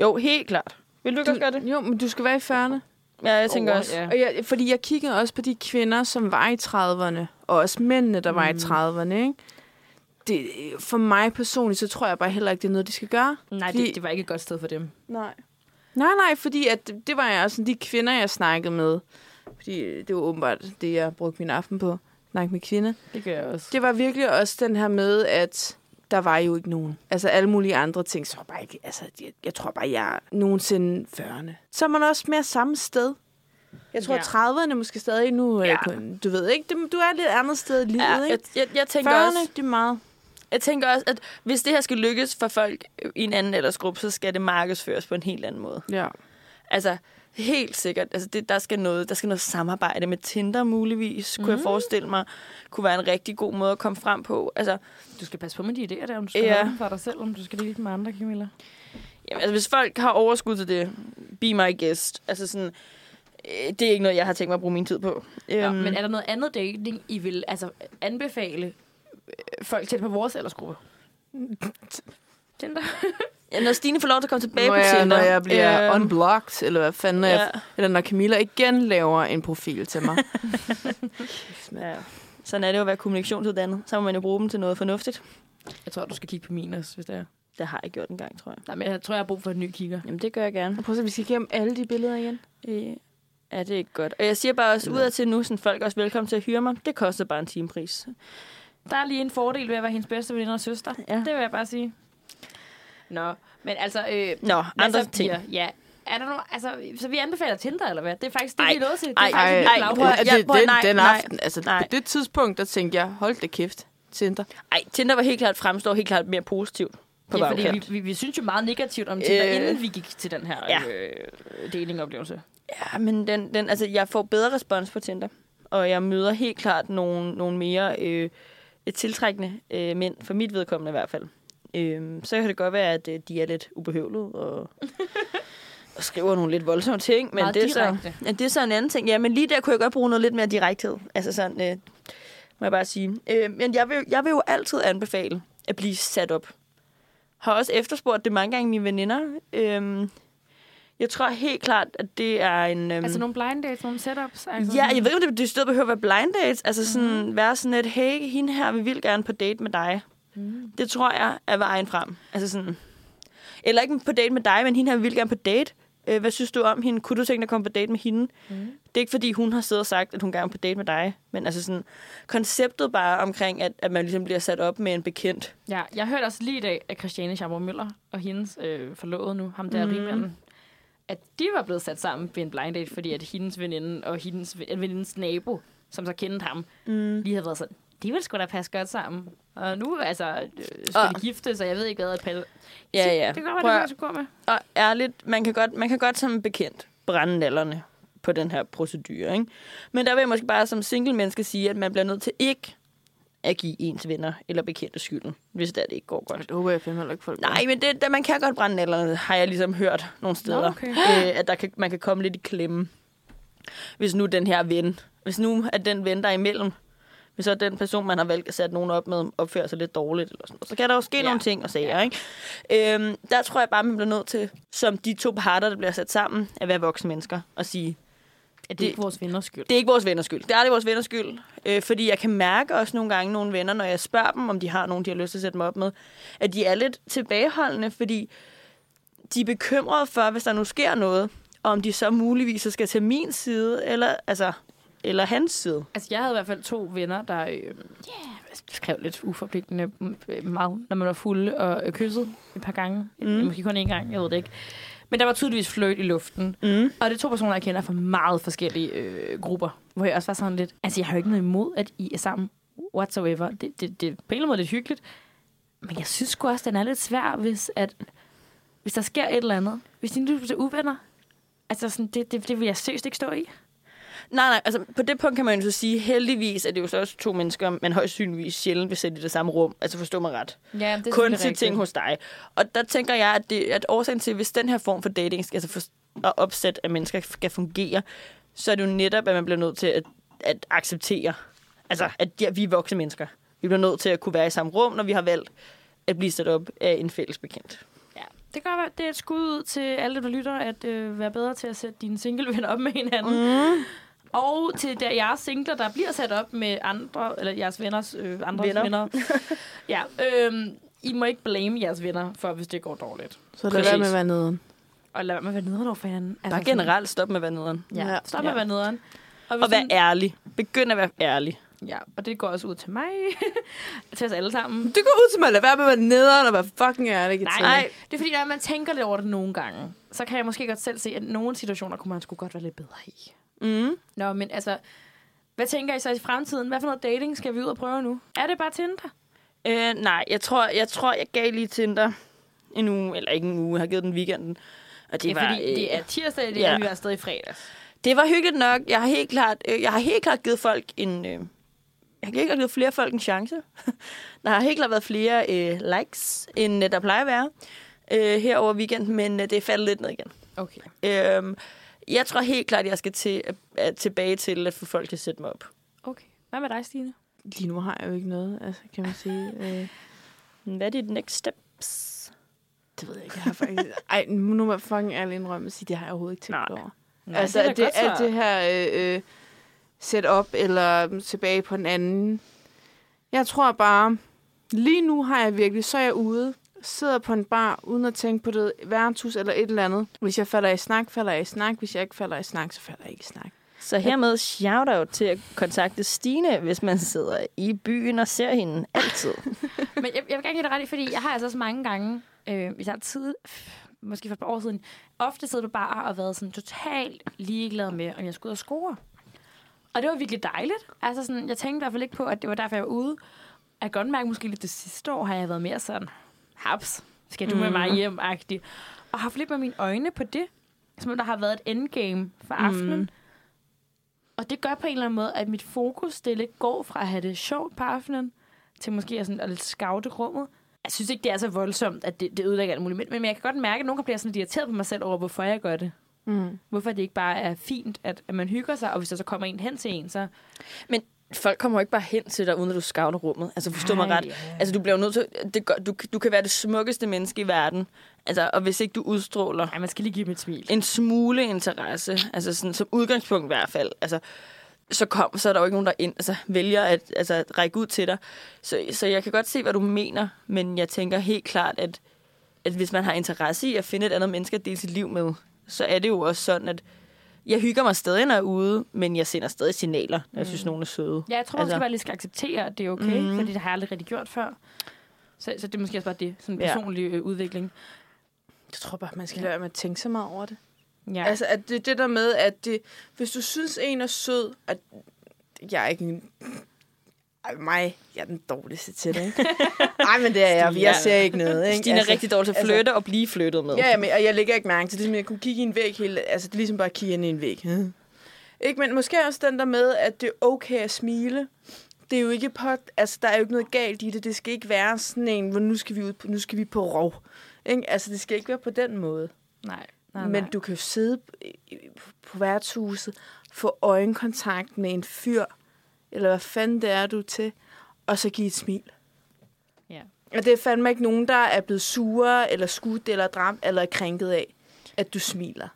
S3: Jo, helt klart. Vil du ikke også gøre det?
S2: Jo, men du skal være i 40'erne.
S3: Ja, jeg tænker
S1: Over,
S3: også.
S1: ja.
S2: Og jeg, fordi jeg kiggede også på de kvinder, som var i 30'erne, og også mændene, der
S3: Mm.
S2: var i 30'erne, ikke? Det, for mig personligt, så tror jeg bare heller ikke, det er noget, de skal gøre.
S1: Nej,
S2: Fordi-
S1: det, det var ikke et godt sted for dem.
S2: Nej. Nej, nej, fordi at det, det var jeg også sådan, de kvinder, jeg snakkede med. Fordi øh, det var åbenbart det, jeg brugte min aften på. Snakke med kvinder.
S1: Det gør jeg også.
S2: Det var virkelig også den her med, at der var jo ikke nogen. Altså alle mulige andre ting, så var bare ikke, altså jeg, jeg tror bare, jeg er nogensinde 40'erne. Så er man også mere samme sted. Jeg tror,
S1: Ja.
S2: ja. 30'erne måske stadig nu, ja.
S3: Ja.
S2: kun, du ved ikke, det, du er et lidt andet sted i livet,
S3: Ja,
S2: ja,
S3: jeg,
S2: ikke?
S3: jeg, jeg, tænker også,
S2: 40'erne, det er meget.
S3: jeg tænker også, at hvis det her skal lykkes for folk i en anden aldersgruppe, så skal det markedsføres på en helt anden måde.
S2: Ja.
S3: Altså, helt sikkert. Altså, det, der, skal noget, der skal noget samarbejde med Tinder muligvis, mm. kunne jeg forestille mig, kunne være en rigtig god måde at komme frem på. Altså,
S1: Du skal passe på med de idéer der, om du skal
S3: Ja.
S1: ja. holde dem for dig selv, om du skal dele dem med andre, Camilla.
S3: jamen, altså, hvis folk har overskud til det, be my guest. Altså sådan, øh, det er ikke noget, jeg har tænkt mig at bruge min tid på.
S1: Nå,
S3: Øhm,
S1: men er der noget andet dating, I vil altså, anbefale øh, folk til på vores aldersgruppe? Tinder.
S3: Ja, når Stine får lov til at komme tilbage
S2: når,
S3: på
S2: jeg,
S3: Tinder.
S2: når jeg bliver
S3: øhm,
S2: øh... unblocked, eller hvad fanden, ja.
S3: ja,
S2: jeg, eller når Camilla igen laver en profil til mig.
S3: ja. Sådan er det jo at være kommunikationsuddannet. Så må man jo bruge dem til noget fornuftigt.
S1: Jeg tror, du skal kigge på min også, hvis det er.
S3: Det har jeg gjort en gang, tror jeg.
S1: Nej, men jeg tror, jeg har brug for en ny kigger.
S3: Jamen, det gør jeg gerne.
S2: Og prøv at se, vi skal igennem alle de billeder igen.
S3: Øh, Ja, det er ikke godt. Og jeg siger bare også, udad til nu, sådan folk er også velkommen til at hyre mig. Det koster bare en timepris.
S1: Der er lige en fordel ved at være hendes bedste veninde og søster.
S3: Ja.
S1: Det vil jeg bare sige. Nå, men altså... Øh,
S3: Nå, andre
S1: masser af
S3: ting.
S1: piger. Ja. Er der nogen, altså, så vi anbefaler Tinder, eller hvad? Det er faktisk det,
S3: Ej,
S1: vi er nået til. Det er
S3: ej,
S1: faktisk
S3: ej,
S1: et
S3: ej,
S1: lavbrød.
S3: prøv at-
S2: det,
S3: ja, prøv at-
S2: den,
S3: nej,
S2: den
S3: nej,
S2: aften, altså
S3: nej.
S2: på det tidspunkt, der tænkte jeg, hold da kæft, Tinder.
S3: Ej, Tinder var helt klart fremstår helt klart mere positivt på
S1: Ja, fordi
S3: bagkant.
S1: vi, vi, vi synes jo meget negativt om Tinder,
S3: Øh.
S1: øh, inden vi gik til den her
S3: Ja.
S1: ja. øh, delingoplevelse.
S3: Ja, men den, den, altså, jeg får bedre respons på Tinder. Og jeg møder helt klart nogle, nogle mere øh, tiltrækkende øh, mænd, for mit vedkommende i hvert fald. Øh, så kan det godt være, at øh, de er lidt ubehøvlede og, og skriver nogle lidt voldsomme ting. Men
S1: Meget
S3: det er, så,
S1: direkte.
S3: ja, det er så en anden ting. Ja, men lige der kunne jeg godt bruge noget lidt mere direkthed. Altså sådan, øh, må jeg bare sige. Øh, men jeg vil, jeg vil jo altid anbefale at blive sat op. Har også efterspurgt det mange gange mine veninder. Øh, jeg tror helt klart, at det er en... Øh,
S1: Altså nogle blind dates, nogle setups. Altså,
S3: Ja, jeg ved ikke, om det betyder, at behøver at være blind dates. Altså sådan, mm. være sådan et, hey, hende her vil vildt gerne på date med dig. Mm. Det tror jeg er vejen frem. Altså sådan, eller ikke på date med dig, men hende her vil vildt gerne på date. Øh, Hvad synes du om hende? Kunne du tænke dig at komme på date med hende? Mm. Det er ikke, fordi hun har siddet og sagt, at hun gerne vil på date med dig. Men altså sådan, konceptet bare omkring, at, at man ligesom bliver sat op med en bekendt.
S1: Ja, jeg hørte også lige i dag, at Christiane Schammer Møller og hendes øh, forlovede nu, ham der mm. rigmanden, at de var blevet sat sammen ved en blind date, fordi at hendes veninde og hendes ven- venindens nabo, som så kendte ham, mm. lige havde været sådan, de ville sgu da passe godt sammen. Og nu altså, øh, skal
S3: Og-
S1: de gifte, så jeg ved ikke, hvad at palle.
S3: Ja,
S1: Så
S3: ja.
S1: Det kan godt
S3: Prøv
S1: være,
S3: at-
S1: det man skulle gå med.
S3: og ærligt, man kan godt, man kan godt som bekendt brænde nallerne på den her procedure. Ikke? Men der vil jeg måske bare som single menneske sige, at man bliver nødt til ikke at give ens venner eller bekendte skylden, hvis det, er, det ikke går godt.
S2: Det håber jeg fandme heller ikke folk.
S3: Nej, men det, det, man kan godt brænde nallerne, har jeg ligesom hørt nogle steder.
S1: okay.
S3: øh, at der kan, man kan komme lidt i klemme, hvis nu den her ven, hvis nu at den ven, der er imellem, hvis så den person, man har valgt at sætte nogen op med, opfører sig lidt dårligt, eller sådan noget, så kan der jo ske ja. nogle ting og sager, ikke? Øhm, der tror jeg bare, man bliver nødt til, som de to parter, der bliver sat sammen, at være voksne mennesker og sige,
S1: At det,
S3: det-
S1: er ikke vores venners skyld.
S3: det er ikke vores venners skyld. Det er aldrig vores venners skyld. Øh, fordi jeg kan mærke også nogle gange nogle venner, når jeg spørger dem, om de har nogen, de har lyst til at sætte mig op med, at de er lidt tilbageholdende, fordi de er bekymrede for, hvis der nu sker noget, og om de så muligvis så skal til min side, eller, altså, eller hans side.
S1: Altså, jeg havde i hvert fald to venner, der øh, yeah, skrev lidt uforpligtende øh, meget, når man var fuld og øh, kysset et par gange. Mm. Måske kun én gang, jeg ved det ikke. Men der var tydeligvis fløjt i luften.
S3: Mm.
S1: Og det er to personer, jeg kender fra meget forskellige øh, grupper, hvor jeg også var sådan lidt, altså, jeg har jo ikke noget imod, at I er sammen whatsoever. Det, det, det er på en eller anden måde lidt hyggeligt. Men jeg synes sgu også, den er lidt svær, hvis, at, hvis der sker et eller andet. Hvis de nu bliver uvenner, altså sådan, det, det, det vil jeg seriøst ikke stå i.
S3: Nej, nej, altså på det punkt kan man jo så sige, heldigvis er det jo så også to mennesker, man højst sandsynligvis sjældent vil sætte i det samme rum. Altså forstå mig ret.
S1: Ja, det
S3: kun til ting hos dig. Og der tænker jeg, at, det, at årsagen til, hvis den her form for dating skal, altså for, og opsæt af mennesker skal fungere, så er det jo netop, at man bliver nødt til at, at acceptere, altså at ja, vi er voksne mennesker. Vi bliver nødt til at kunne være i samme rum, når vi har valgt at blive sat op af en fælles bekendt.
S1: Ja, det kan godt være, det er et skud ud til alle, der lytter, at øh, være bedre til at sætte dine singlevenner op med hinanden. Mm. Og til der, jeres singler, der bliver sat op med andre, eller jeres venners, øh, andres
S3: Venner.
S1: venner. venner. ja, øh, I må ikke blame jeres venner, for hvis det går dårligt.
S2: Så lad
S3: Præcis.
S2: være med at være nederen.
S1: Og lad være med at være nederen over for hinanden.
S3: Bare
S1: sådan-
S3: generelt stop med at være nederen.
S1: Ja,
S2: Ja.
S1: stop med
S3: Ja.
S1: at være nederen. hvis
S3: Og være
S1: sådan-
S3: ærlig. Begynd at være ærlig.
S1: Ja, og det går også ud til mig. til os alle sammen.
S2: Det går ud til mig, lad være med at være nederen og være fucking ærlig.
S1: Nej,
S2: Katrine.
S1: nej, det er fordi, når man tænker lidt over det nogle gange, så kan jeg måske godt selv se, at nogle situationer kunne man sgu godt være lidt bedre i.
S3: Mm.
S1: Nå, men altså, hvad tænker I så i fremtiden? Hvad for noget dating skal vi ud og prøve nu? Er det bare Tinder?
S3: Øh, nej, jeg tror, jeg tror, jeg gav lige Tinder en uge, eller ikke en uge, jeg har givet den weekenden. Og det,
S1: Det er,
S3: var,
S1: fordi
S3: øh,
S1: det er tirsdag, det
S3: ja.
S1: ja. er vi var afsted i fredags.
S3: Det var hyggeligt nok. Jeg har helt klart, øh, jeg har helt klart givet folk en... Øh, jeg har helt klart givet flere folk en chance. der har helt klart været flere øh, likes, end øh, der plejer at være øh, her over weekenden, men øh, det er faldet lidt ned igen.
S1: Okay.
S3: Øh, jeg tror helt klart, jeg skal til, at, at tilbage til at få folk til at sætte mig op.
S1: okay. Hvad med dig, Stine?
S2: Lige nu har jeg jo ikke noget, altså, kan man sige. Øh,
S3: Hvad er dit next steps?
S2: Det ved jeg ikke. Jeg har faktisk... Ej, nu må jeg fucking ærlig indrømme at sige, det har jeg overhovedet ikke tænkt
S3: Nej.
S2: over.
S1: Nej,
S2: altså,
S1: det er
S2: det
S1: da
S2: er det,
S1: godt
S2: er
S1: svar.
S2: det her øh, øh, setup eller øh, tilbage på en anden. Jeg tror bare, lige nu har jeg virkelig, så er jeg ude, sidder på en bar, uden at tænke på det værtshus eller et eller andet. Hvis jeg falder i snak, falder jeg i snak. Hvis jeg ikke falder i snak, så falder jeg ikke i snak.
S3: Så hermed shout-out til at kontakte Stine, hvis man sidder i byen og ser hende altid.
S1: Men jeg, jeg vil gerne give dig ret i, fordi jeg har altså også mange gange, øh, især tid, måske for et par år siden, ofte sidder du bare og været sådan totalt ligeglad med, om jeg skulle ud og score. Og det var virkelig dejligt. Altså sådan, jeg tænkte i hvert fald ikke på, at det var derfor, jeg var ude. Jeg kan godt mærke, måske lidt det sidste år har jeg været mere sådan, haps, skal du med mig hjem -agtig. Og haft lidt med mine øjne på det, som om der har været et endgame for aftenen. Mm. Og det gør på en eller anden måde, at mit fokus det lidt går fra at have det sjovt på aftenen, til måske at, sådan, at lidt skavte rummet. Jeg synes ikke, det er så voldsomt, at det, det ødelægger alt muligt. Men, men jeg kan godt mærke, at nogle gange bliver jeg sådan lidt irriteret på mig selv over, hvorfor jeg gør det.
S2: Mm.
S1: Hvorfor det ikke bare er fint, at, at man hygger sig, og hvis der så kommer en hen til en, så...
S3: Men folk kommer jo ikke bare hen til dig, uden at du skavler rummet. Altså forstå mig
S1: Ej,
S3: ret.
S1: ja.
S3: Altså du bliver jo nødt til... Det gør, du, du kan være det smukkeste menneske i verden. Altså, og hvis ikke du udstråler
S1: Ej, man skal lige give dem et smil.
S3: en smule interesse, altså sådan, som udgangspunkt i hvert fald, altså, så, kom, så er der jo ikke nogen, der ind, altså, vælger at altså, at række ud til dig. Så, så jeg kan godt se, hvad du mener, men jeg tænker helt klart, at, at hvis man har interesse i at finde et andet menneske at dele sit liv med, så er det jo også sådan, at jeg hygger mig stadig, når jeg er ude, men jeg sender stadig signaler, når jeg synes,
S1: Mm.
S3: nogen er søde.
S1: Ja, jeg tror, man
S3: Altså-
S1: altså... bare lige skal acceptere, at det er okay, mm. fordi det har jeg aldrig rigtig gjort før. Så, så det er måske også bare det, sådan en
S3: Ja.
S1: personlig øh, udvikling.
S2: Jeg tror bare, man skal lade være med at tænke så meget over det.
S1: Ja.
S2: Altså, at det er det der med, at det, hvis du synes, en er sød, at jeg er ikke en... Ej, mig, jeg er den dårligste til det, ikke? Nej, men det er jeg, for jeg ser ikke noget, ikke?
S3: Stine er rigtig dårlig til at
S2: altså-
S3: flytte altså, og blive flyttet med.
S2: Ja, ja, men, og jeg lægger ikke mærke til det. Ligesom, jeg kunne kigge i en væg hele... Altså, det er ligesom bare at kigge ind i en væg. Hmm. Ikke, men måske også den der med, at det er okay at smile. Det er jo ikke på... Altså, der er jo ikke noget galt i det. Det skal ikke være sådan en, hvor nu skal vi ud på, nu skal vi på rov. Ikke? Altså, det skal ikke være på den måde.
S1: nej, nej,
S2: Nej, men
S1: nej.
S2: nej. du kan jo sidde i- i- på værtshuset, få øjenkontakt med en fyr, eller hvad fanden det er, du er til, og så give et smil.
S1: Ja.
S2: Og det er fandme ikke nogen, der er blevet sure, eller skudt, eller dræbt, eller er krænket af, at du smiler.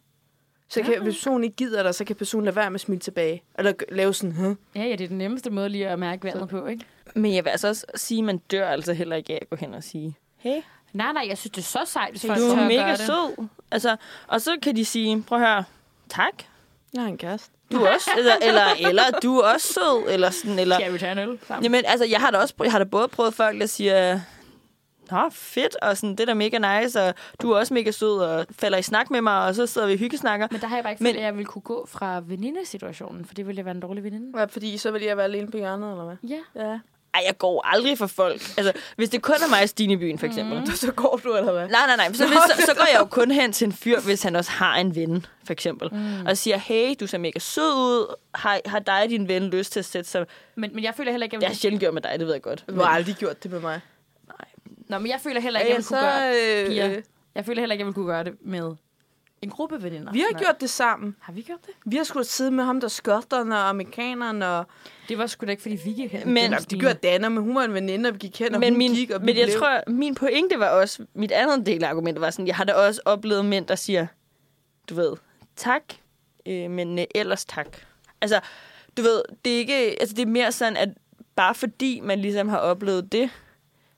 S2: Så kan, hvis personen ikke gider dig, så kan personen lade være med at smile tilbage. Eller g- lave sådan, huh?
S1: Ja, ja, det er den nemmeste måde lige at mærke vandet på, ikke?
S3: Men jeg vil altså også sige, at man dør altså heller ikke af at gå hen og sige, hey,
S1: Nej, nej, jeg synes, det er så sejt, hvis folk
S3: du
S1: tør
S3: er
S1: at gøre
S3: mega
S1: det.
S3: sød. Altså, og så kan de sige, prøv at høre, tak.
S2: Jeg har en kæreste.
S3: Du er også, eller, eller, eller du er også sød, eller sådan, eller...
S1: Skal vi tage en øl sammen?
S3: Jamen, altså, jeg har da også, prø- jeg har da både prøvet folk, der siger, Nå, fedt, og sådan, det er da mega nice, og du er også mega sød, og falder i snak med mig, og så sidder vi og hyggesnakker.
S1: Men der har jeg bare ikke
S3: Men-
S1: følt, at jeg ville kunne gå fra venindesituationen, for det ville jeg være en dårlig veninde.
S2: Ja, fordi så vil jeg være alene på hjørnet, eller hvad?
S1: Ja.
S2: Ja.
S3: Ej, jeg går aldrig for folk. Altså, hvis det kun er mig og Stine i byen, for eksempel. Mm.
S2: Så går du, eller hvad?
S3: Nej, nej, nej. Så, hvis, så, så går jeg jo kun hen til en fyr, hvis han også har en ven, for eksempel. Mm. Og siger, hey, du ser mega sød ud. Har, har dig og din ven lyst til at sætte sig...
S1: Men, men jeg føler heller ikke, at jeg
S3: Jeg har
S1: ville...
S3: sjældent gjort med dig, det ved jeg godt.
S2: Du har aldrig gjort det med mig. øh,
S1: Nå, men jeg føler heller ikke, at jeg ville kunne gøre
S3: øh,
S2: så,
S1: piger. Jeg føler heller ikke, at jeg ville kunne gøre det med en gruppe veninder.
S2: Vi har gjort det sammen.
S1: Har vi gjort det?
S2: Vi har skulle sidde med ham, der skotterne og amerikanerne. Og...
S1: Det var sgu da ikke, fordi vi gik hen.
S3: Men- Altså,
S1: til
S2: Eller, det
S1: Stine.
S2: gjorde Dana, men hun var en veninde, og vi gik hen, og
S3: men
S2: hun
S3: min,
S2: gik, og vi
S3: men jeg
S2: blev.
S3: tror, min pointe var også... Mit andet del af argumentet var sådan, jeg har da også oplevet mænd, der siger, du ved, tak, øh, men øh, ellers tak. Altså, du ved, det er, ikke, altså, det er mere sådan, at bare fordi man ligesom har oplevet det,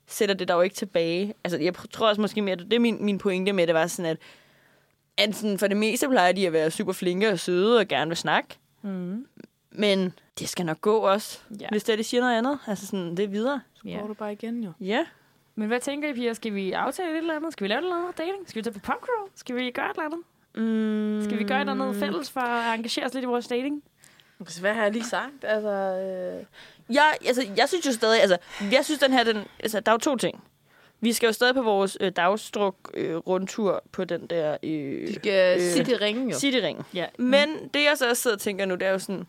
S3: sætter det dig jo ikke tilbage. Altså, jeg pr- tror også måske mere, det er min, min pointe med, det var sådan, at, at sådan, for det meste plejer de at være super flinke og søde og gerne vil snakke. Mm. Men det skal nok gå også,
S1: Mm-hmm. Ja.
S3: ja. hvis det er, de siger noget andet. Altså sådan, det er videre.
S1: Ja.
S2: Går du bare igen, jo.
S3: Ja.
S1: Men hvad tænker I, piger? Skal vi aftale et eller andet? Skal vi lave et eller andet dating? Skal vi tage på punk roll? Skal vi gøre et eller andet?
S3: Mm.
S1: Skal vi gøre et eller andet fælles for at engagere os lidt i vores dating?
S2: Altså, hvad har jeg lige sagt? Altså, øh...
S3: Jeg, altså, jeg synes jo stadig, altså, jeg synes den her, den, altså, der er jo to ting. Vi skal jo stadig på vores øh, dagstruk øh, rundtur på den der øh,
S2: skal City ringe,
S3: Cityring.
S1: Ja.
S3: Men det, jeg så også sidder og tænker nu, det er jo sådan,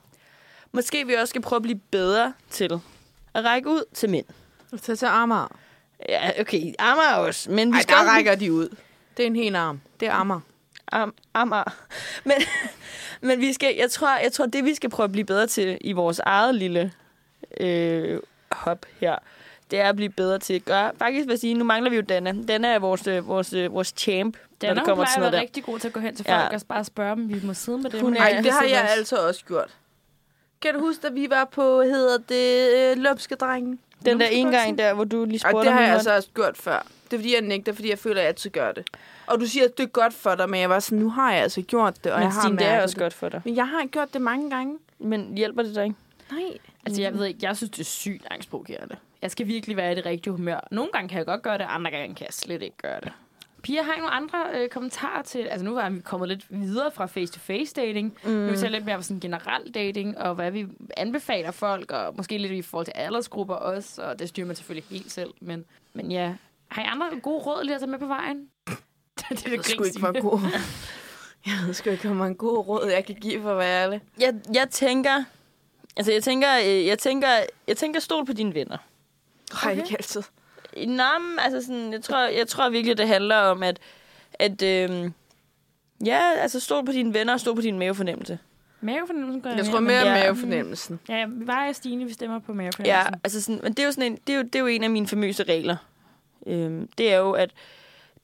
S3: måske vi også skal prøve at blive bedre til at række ud til mænd.
S2: Tag til Amager.
S3: Ja, okay, Amager også, men vi
S2: Ej,
S3: skal...
S2: der rækker de ud. Det er en hel arm. Det er Amager.
S3: Am, Amager. Men, men vi skal, jeg, tror, jeg tror, det vi skal prøve at blive bedre til i vores eget lille øh, hop her, det er at blive bedre til at gøre. Faktisk vil jeg sige, nu mangler vi jo Dana. Dana er vores, øh, vores, øh, vores champ,
S1: Den
S3: når
S1: er
S3: det
S1: hun
S3: kommer
S1: plejer at
S3: til noget
S1: være
S3: der.
S1: rigtig god til at gå hen til
S3: Ja.
S1: folk og bare spørge dem, vi må sidde med dem.
S3: Hun er-
S1: Nej,
S3: Ej,
S1: vi
S2: det har
S1: sidder
S2: jeg
S1: også.
S2: altså også gjort. Kan du huske, da vi var på, hedder det, øh, Lumske Drengen?
S3: Den der ene gang der, hvor du lige
S2: Ej,
S3: spurgte,
S2: det
S3: om hun
S2: har jeg
S3: var-
S2: altså også gjort før. Det er fordi, jeg nægter, fordi jeg føler, at jeg altid gør det. Og du siger, at det er godt for dig, men jeg var sådan, nu har jeg altså gjort det, og
S3: Men
S2: jeg har
S3: Stine, det er
S2: mærket
S3: også godt for dig.
S2: Men jeg har gjort det mange gange.
S3: Men hjælper det dig ikke?
S2: Nej.
S1: Altså, jeg ved ikke, jeg synes, det er sygt angstprovokerende. Jeg skal virkelig være i det rigtige humør. Nogle gange kan jeg godt gøre det, andre gange kan jeg slet ikke gøre det. Pia, har I nogle andre øh, kommentarer til... Altså, nu er vi kommet lidt videre fra face-to-face dating. Mm. Nu vil vi tale lidt mere om sådan generel dating, og hvad vi anbefaler folk, og måske lidt i forhold til aldersgrupper også, og det styrer man selvfølgelig helt selv. Men, men ja, har I andre gode råd lige at tage med på vejen? det er det,
S2: Jeg ved sgu ikke, hvor god. Jeg ved sgu ikke, hvor mange gode råd, jeg kan give for at være ærlig.
S3: Jeg, jeg tænker... Altså, jeg tænker, øh, jeg tænker, jeg tænker, stol på dine venner.
S2: Okay. Ej, ikke altid.
S3: Nej, men altså sådan, jeg tror, jeg tror virkelig, det handler om, at, at øhm, ja, altså stol på dine venner og stol på din mavefornemmelse.
S1: Mavefornemmelsen gør
S2: Jeg tror
S1: men-
S2: mere om
S3: Ja.
S2: mavefornemmelsen.
S1: Ja, mig og Stine, vi stemmer på
S3: Ja,
S1: mavefornemmelsen.
S3: altså sådan, men det er jo, sådan en, det er jo, det er jo en af mine famøse regler. Øhm, det er jo, at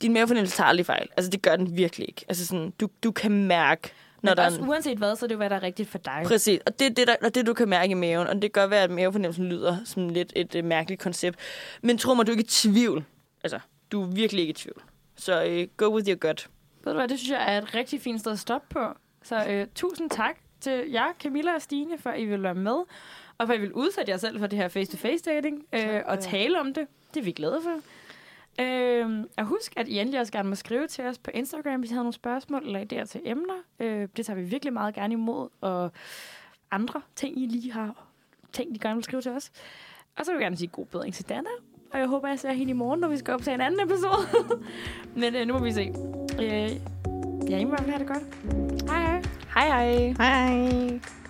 S3: din mavefornemmelse tager aldrig fejl. Altså, det gør den virkelig ikke. Altså sådan, du, du kan mærke, når
S1: Men
S3: der er
S1: også
S3: en...
S1: uanset hvad, så er det jo, hvad der er rigtigt for dig.
S3: Præcis, og det er det, der, og det, du kan mærke i maven, og det kan godt være, at mavefornemmelsen lyder som lidt et øh, mærkeligt koncept. Men tro mig, du er ikke i tvivl. Altså, du er virkelig ikke i tvivl. Så øh, go with your gut.
S1: Ved du hvad, det synes jeg er et rigtig fint sted at stoppe på. Så øh, tusind tak til jer, Camilla og Stine, for at I vil være med, og for at I vil udsætte jer selv for det her face-to-face dating, øh, og tale om det. Det er vi glade for. Øh, og husk, at I endelig også gerne må skrive til os på Instagram, hvis I havde nogle spørgsmål eller idéer til emner. Øh, det tager vi virkelig meget gerne imod, og andre ting, I lige har tænkt, I gerne vil skrive til os. Og så vil jeg gerne sige god bedring til Dana, og jeg håber, jeg ser hende i morgen, når vi skal optage en anden episode. Men øh, nu må vi se. Øh, ja, I må i hvert fald have det godt. Hej hej.
S3: Hej hej.
S2: Hej.